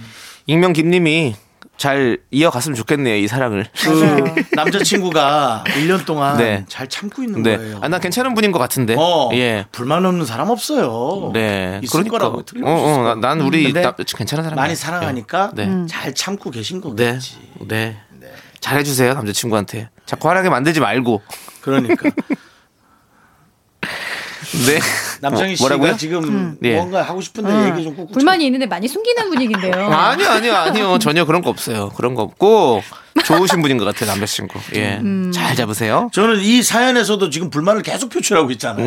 익명 김님이 잘 이어갔으면 좋겠네요.
[LAUGHS]
이 사랑을.
그 남자친구가 1년 동안
네.
잘 참고 있는
네.
거예요.
아, 나 괜찮은 분인 것 같은데.
어,
예.
불만 없는 사람 없어요.
네.
있을 거라고
어,
틀림없이 있을
어, 나-
거라고.
난 우리
근데
나, 괜찮은 사람
많이 사랑하니까
네. 음.
잘 참고 계신
네.
거겠지.
네. 잘해주세요 남자친구한테. 자꾸 화나게 만들지 말고.
그러니까
[LAUGHS] 네.
어,
남창희 씨가
뭐라고요?
지금
예.
뭔가 하고 싶은데 얘기 좀 꾹꾹.
음. 불만이 있는데 많이 숨기는 분위기인데요.
아니요, 아니요, 아니요. 전혀 그런 거 없어요. 그런 거 없고 좋으신 분인 것 같아요, 남자친구. 예.
음.
잘 잡으세요.
저는 이 사연에서도 지금 불만을 계속 표출하고 있잖아요. [LAUGHS]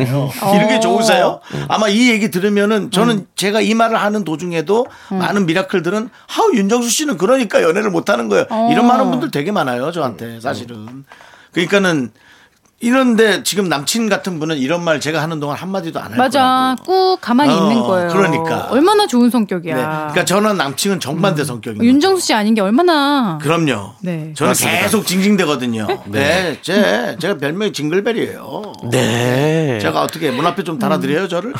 이런 게
어. 음.
좋으세요? 아마 이 얘기 들으면은 저는 제가 이 말을 하는 도중에도 많은 미라클들은 하우 윤정수 씨는 그러니까 연애를 못 하는 거예요.
어.
이런 많은 분들 되게 많아요, 저한테 사실은. 그러니까는 이런데 지금 남친 같은 분은 이런 말 제가 하는 동안 한마디도 안 할 거예요.
맞아 꾹 가만히
네. 어,
있는 거예요.
그러니까.
얼마나 좋은
네.
성격이야. 음.
그러니까 저는 남친은 정반대 성격입니다.
윤정수 씨 아닌 게 얼마나
그럼요.
네.
저는 계속 징징대거든요.
[LAUGHS]
네. 제, 제가 별명이 징글벨이에요.
네.
제가 어떻게 문 앞에 좀 달아드려요,
[LAUGHS]
저를?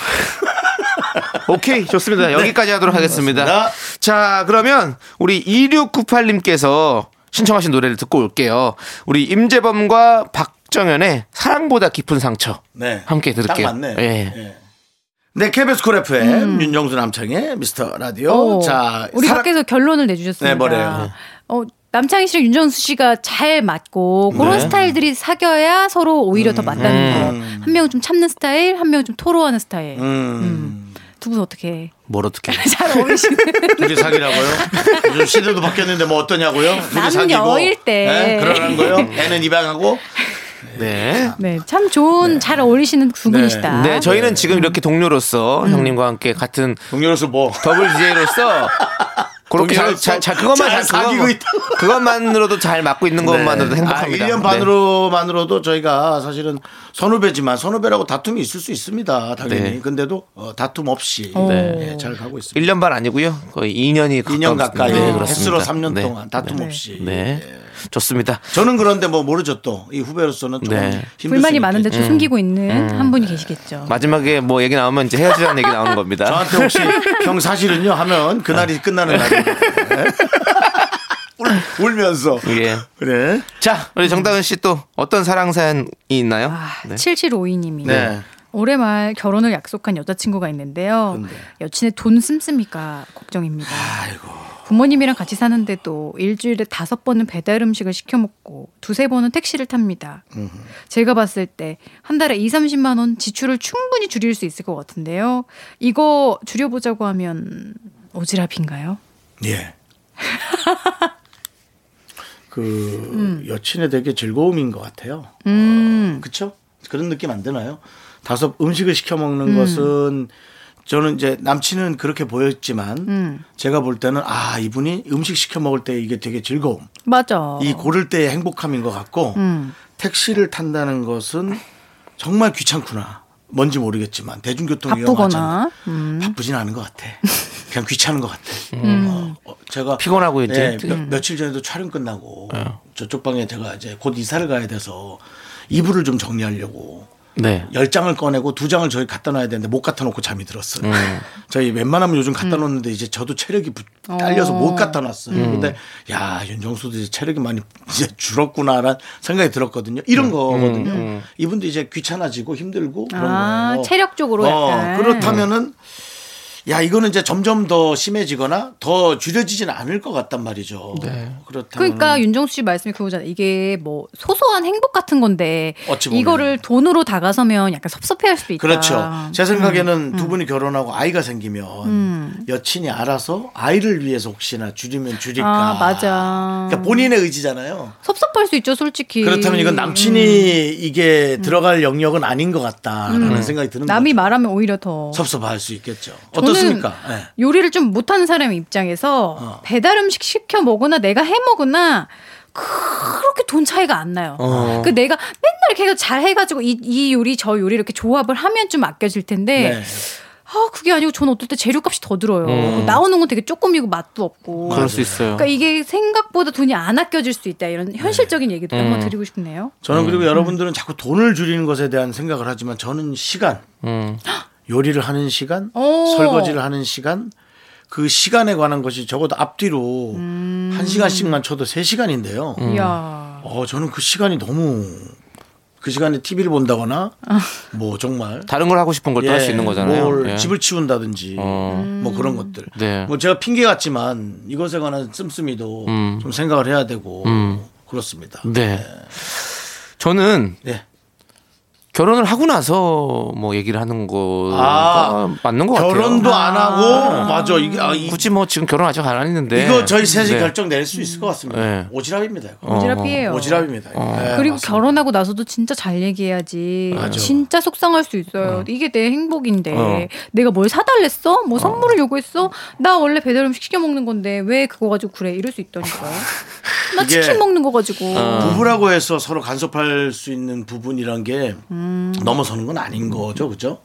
오케이,
네.
좋습니다. 여기까지 하도록 하겠습니다.
맞습니다.
자, 그러면 우리 2698님께서 신청하신 노래를 듣고 올게요. 우리 임재범과 박정현의 사랑보다 깊은 상처.
네.
함께 들을게요.
딱 맞네.
예.
예. 네, KBS 콜 FM 윤정수 남창의 미스터 라디오.
어,
자,
음. 우리
사랑-
밖에서 결론을 내주셨습니다.
네, 뭐래요?
어, 남창희 씨랑 윤정수 씨가 잘 맞고 그런
네. 음,
스타일들이 사겨야 서로 오히려 더 맞다는 거. 한 명은 좀 참는 스타일, 한 명은 좀 토로하는 스타일. 음. 두 분 어떻게
뭘 어떻게?
잘 어울리시는?
[LAUGHS] 둘이 사귀라고요? 요즘 시대도 바뀌었는데 뭐 어떠냐고요? 둘이
남
사귀고.
여일 때.
네, 그러는 거요? 애는 입양하고.
네.
네, 참 좋은 잘 어울리시는 두
아.
분이시다.
네, 저희는 지금 이렇게 동료로서 형님과 함께 같은
동료로서 뭐.
더블 DJ로서 그렇게 잘,
동료로서
잘, 잘 그것만
잘
잘,
사귀고
그것,
있다고. 네.
그것만으로도 잘 맞고 있는 것만으로도 행복합니다. 네.
아, 1년 반으로만으로도 저희가 사실은 선후배지만 선후배라고 다툼이 있을 수 있습니다. 당연히.
네.
근데도 어, 다툼 없이 예, 잘 가고 있습니다.
1년 반 아니고요. 거의 2년이 가까이
2년 가까이
네,
횟수로
그렇습니다.
3년
네.
동안 다툼 없이.
네. 좋습니다.
저는 그런데 뭐 모르죠 또 이 후배로서는 조금
네.
힘들
불만이
수도
많은데
있겠죠.
또 숨기고 있는
음.
한 분이 계시겠죠.
마지막에 뭐 얘기 나오면 이제 헤어지자는 얘기 나오는 겁니다.
저한테 혹시 형 사실은요 하면 그날이 끝나는 날입니다. 네.
[LAUGHS]
울- 울면서
예.
그래
자, 우리 정다은 씨 또 어떤 사랑 사연이 있나요?
아,
네.
7752님이
네.
올해 말 결혼을 약속한 여자친구가 있는데요. 여친의 돈 씀씀이가 걱정입니다. 부모님이랑 같이 사는데도 일주일에 다섯 번은 배달 음식을 시켜 먹고 두세 번은 택시를 탑니다. 제가 봤을 때 한 달에 2, 30만 원 지출을 충분히 줄일 수 있을 것 같은데요. 이거 줄여 보자고 하면 오지랖인가요?
예. [LAUGHS] 그 여친의 되게 즐거움인 것 같아요.
음.
그렇죠? 그런 느낌 안 드나요? 다섯 음식을 시켜 먹는 것은 저는 이제 남친은 그렇게 보였지만
음.
제가 볼 때는 아 이분이 음식 시켜 먹을 때 이게 되게 즐거움.
맞아.
이 고를 때의 행복함인 것 같고
어. 음.
택시를 탄다는 것은 정말 귀찮구나. 뭔지 모르겠지만 대중교통 이용하잖아.
바쁘거나. 음.
바쁘진 않은 것
[LAUGHS]
같아. 그냥 귀찮은 것 같아. 어, 어, 제가
피곤하고 이제 어.
예, 며, 칠 전에도 촬영 끝나고 저쪽 방에 제가 이제 곧 이사를 가야 돼서 이불을 좀 정리하려고
네.
열 장을 꺼내고 두 장을 저희 갖다 놔야 되는데 못 갖다 놓고 잠이 들었어요.
음.
[LAUGHS] 저희 웬만하면 요즘 갖다
음.
놓는데 이제 저도 체력이 부-
어.
딸려서 못 갖다 놨어요.
음.
근데 야 윤정수도 이제 체력이 많이 이제 줄었구나라는 생각이 들었거든요. 이런
음.
거거든요. 이분도 이제 귀찮아지고 힘들고 그런
아,
거예요.
체력 쪽으로
어,
약간.
그렇다면은 야 이거는 이제 점점 더 심해지거나 더 줄여지진 않을 것 같단 말이죠. 그렇다면
그러니까 윤정수 씨 말씀이 그거잖아요. 이게 뭐 소소한 행복 같은 건데
어찌 보면.
이거를 돈으로 다가서면 약간 섭섭해할 수도 있다.
그렇죠.
음,
제 생각에는 두 분이 결혼하고 아이가 생기면 여친이 알아서 아이를 위해서 혹시나 줄이면 줄일까.
아, 맞아.
그러니까 본인의 의지잖아요.
섭섭할 수 있죠, 솔직히.
그렇다면 이건
음.
남친이 이게 들어갈 영역은 아닌 것 같다라는 생각이 드는
음. 남이
거죠.
말하면 오히려 더
섭섭할 수 있겠죠.
저는
어떻습니까? 어. 예.
요리를 좀 못하는 사람 입장에서 배달 음식 시켜 먹으나 내가 해 먹으나 그렇게 돈 차이가 안 나요.
어.
그 내가 맨날 이렇게 잘 해가지고 이, 이 요리 저 요리 이렇게 조합을 하면 좀 아껴질 텐데
네.
아 그게 아니고 저는 어떨 때 재료값이 더
음.
들어요. 그 나오는 건 되게 조금이고 맛도 없고.
그럴 수 있어요.
그러니까 이게 생각보다 돈이 안 아껴질 수 있다 이런
네.
현실적인 얘기도
음.
한번 드리고 싶네요.
저는 그리고 여러분들은 자꾸 돈을 줄이는 것에 대한 생각을 하지만 저는 시간,
음.
요리를 하는 시간,
오.
설거지를 하는 시간, 그 시간에 관한 것이 적어도 앞뒤로 한 시간씩만 쳐도 세 시간인데요.
음.
이야.
어, 저는 그 시간이 너무 그 시간에 TV를 본다거나 뭐 정말
다른 걸 하고 싶은 걸 또 할 수 있는 거잖아요.
뭘
예.
집을 치운다든지
어.
뭐 그런 것들.
네.
뭐 제가 핑계 같지만 이것에 관한 씀씀이도
음.
좀 생각을 해야 되고 그렇습니다.
네. 저는
네.
결혼을 하고 나서 뭐 얘기를 하는 거가
아,
맞는 것 같아요.
결혼도 안 하고 맞아 이게 아, 이,
굳이 뭐 지금 결혼 아직 안 했는데
이거 저희 셋이
네.
결정 낼 수 있을 것 같습니다.
네.
오지랖입니다. 이거.
오지랖이에요.
오지랖입니다. 이거. 네,
그리고
맞습니다.
결혼하고 나서도 진짜 잘 얘기해야지. 진짜 속상할 수 있어요. 이게 내 행복인데
어.
내가 뭘 사달랬어? 뭐 선물을 요구했어? 나 원래 배달 음식 시켜 먹는 건데 왜 그거 가지고 그래? 이럴 수
[LAUGHS]
있다니까요. 나
이게- 어.
치킨 먹는 거 가지고.
부부라고 해서 서로 간섭할 수 있는 부분이란 게
음.
넘어서는 건 아닌 거죠, 그죠?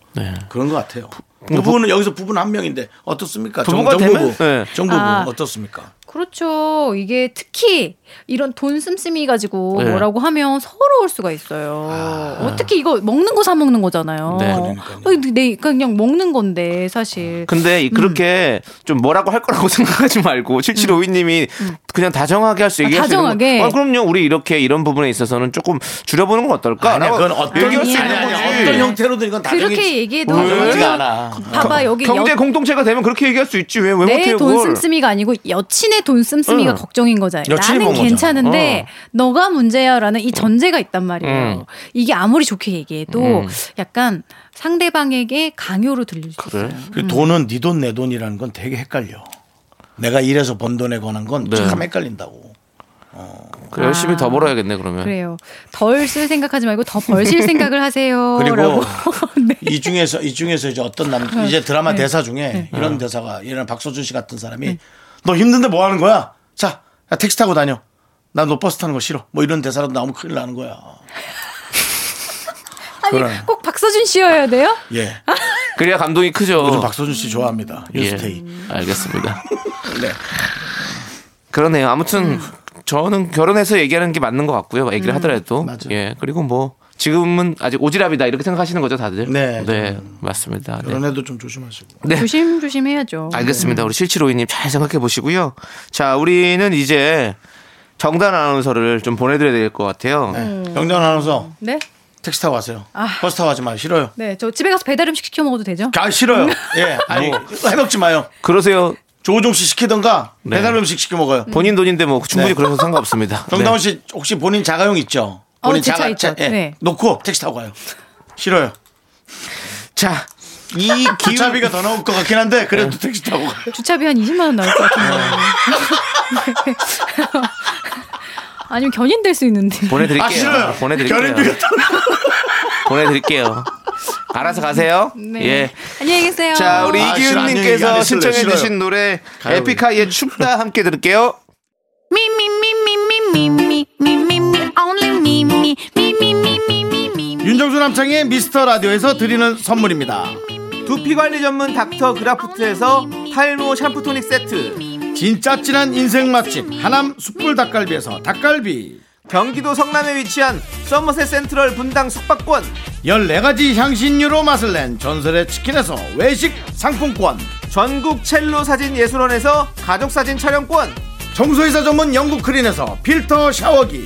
그런 것 같아요. 네. 부부는 여기서 부부는 한 명인데 어떻습니까?
부부가
정- 정부부,
되면? 네.
정부부
아.
어떻습니까?
그렇죠. 이게 특히 이런 돈 씀씀이 가지고
네.
뭐라고 하면 서러울 수가 있어요.
아.
어떻게 이거 먹는 거 사 먹는 거잖아요.
네.
어, 근데 내 그냥 먹는 건데 사실.
어.
근데
음.
이- 그렇게 좀 뭐라고 할 거라고 [LAUGHS] 생각하지 말고
음.
7752님이 그냥 다정하게 할 수
음. 아,
얘기할 수 있는
다정하게?
거. 아, 그럼요 우리 이렇게 이런 부분에 있어서는 조금 줄여보는 건 어떨까?
아니야,
라고
그건 어떤
얘기할 수
아니야,
있는
아니야,
거지
아니야.
어떤 형태로든 이건 나중에
그렇게 얘기해도
보여지지
너무-
않아. 어.
봐봐 여기
경제
여,
공동체가 되면 그렇게 얘기할 수 있지 왜 왜
내
못해요
네, 돈
그걸
씀씀이가 아니고 여친의 돈 씀씀이가
응.
걱정인 거잖아요.
여친이
나는
본 거죠.
괜찮은데 너가 문제야라는 이 전제가 있단 말이에요.
응.
이게 아무리 좋게 얘기해도 약간 상대방에게 강요로 들릴 수 있어요.
그 돈은 네 돈 내 돈이라는 건 되게 헷갈려. 내가 일해서 번 돈에 관한 건 참 헷갈린다고.
그래, 열심히 더 벌어야겠네 그러면
아. 그래요. 덜 쓸 생각하지 말고 더 벌실 생각을 하세요.
그리고
라고. [LAUGHS] 네.
이 중에서 이 중에서 이제 어떤 남 이제 드라마
네.
대사 중에
아.
이런 대사가 예를 들면 박소준 씨 같은 사람이 너 힘든데 뭐 하는 거야? 자, 야, 택시 타고 다녀. 나 너 버스 타는 거 싫어. 뭐 이런 대사라도 나오면 큰일 나는 거야.
[LAUGHS] 아니
그런-
꼭 어. 박서준 씨여야 돼요?
예.
그래야 감동이
요즘
크죠
박소준 씨 좋아합니다.
예,
뉴스테이. [LAUGHS] 네.
알겠습니다 그러네요 아무튼 저는 결혼해서 얘기하는 게 맞는 것 같고요 얘기를 하더라도
음, 맞아요.
예 그리고 뭐 지금은 아직 오지랖이다 이렇게 생각하시는 거죠 다들
네,
맞습니다 네.
그런 애도 좀 조심하시고.
네. 아.
조심조심 해야죠.
알겠습니다.
네.
우리 7752님 잘 생각해 보시고요. 자, 우리는 이제 정단 아나운서를 좀 보내드려야 될 것 같아요.
음.
영전 아나운서
네.
택시 타고 가세요.
아.
버스 타고 가지 마요. 싫어요.
네, 저 집에 가서 배달 음식 시켜 먹어도 되죠?
아
[LAUGHS]
싫어요. 예. 아니 해먹지 마요.
그러세요.
조우종 씨 시키던가
네.
배달 음식 시켜 먹어요.
본인 돈인데 뭐 충분히
네.
그런 건 상관없습니다.
[LAUGHS]
네.
정다운 씨 혹시 본인 자가용 있죠?
어,
본인
제차 있죠.
예.
네.
놓고 택시 타고 가요. 싫어요.
네. 자,
[LAUGHS]
이 기운
기차비가 더 나올 것 같긴 한데 그래도 택시 타고 가요.
주차비 한 20만 원 나올 것 [LAUGHS] 같은데. [LAUGHS] 아니면 견인될 수 있는데.
보내드릴게요.
아 싫어요.
보내드릴게요.
결혼비가 더 나-
[LAUGHS] 보내드릴게요. 알아서 가세요.
네.
예.
안녕히 계세요.
자, 우리
아, 싫어. 안녕히 얘기 안
이기훈님께서
했을래.
신청해주신
싫어요.
노래 에픽하이의 춥다 함께 들을게요.
[LAUGHS] 윤정수 남창의 미스터 라디오에서 드리는 선물입니다.
두피 관리 전문 닥터 그라프트에서 탈모 샴푸 토닉 세트.
진짜 진한 인생 맛집 하남 숯불 닭갈비에서 닭갈비
경기도 성남에 위치한 서머셋 센트럴 분당 숙박권
14가지 향신료로 맛을 낸 전설의 치킨에서 외식 상품권
전국 첼로 사진 예술원에서 가족 사진 촬영권
청소이사 전문 영국 크린에서 필터 샤워기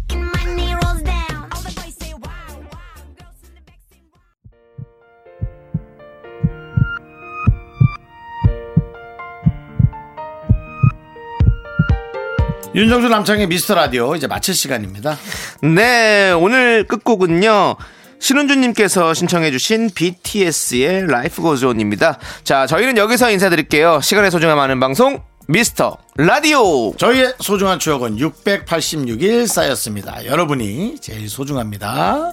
윤정수 남창의 미스터 라디오 이제 마칠 시간입니다.
네 오늘 끝곡은요 신은주님께서 신청해주신 BTS의 라이프 고즈온입니다 자 저희는 여기서 인사드릴게요 시간의 소중함 아는 방송 미스터 라디오
저희의 소중한 추억은 686일 쌓였습니다. 여러분이 제일 소중합니다.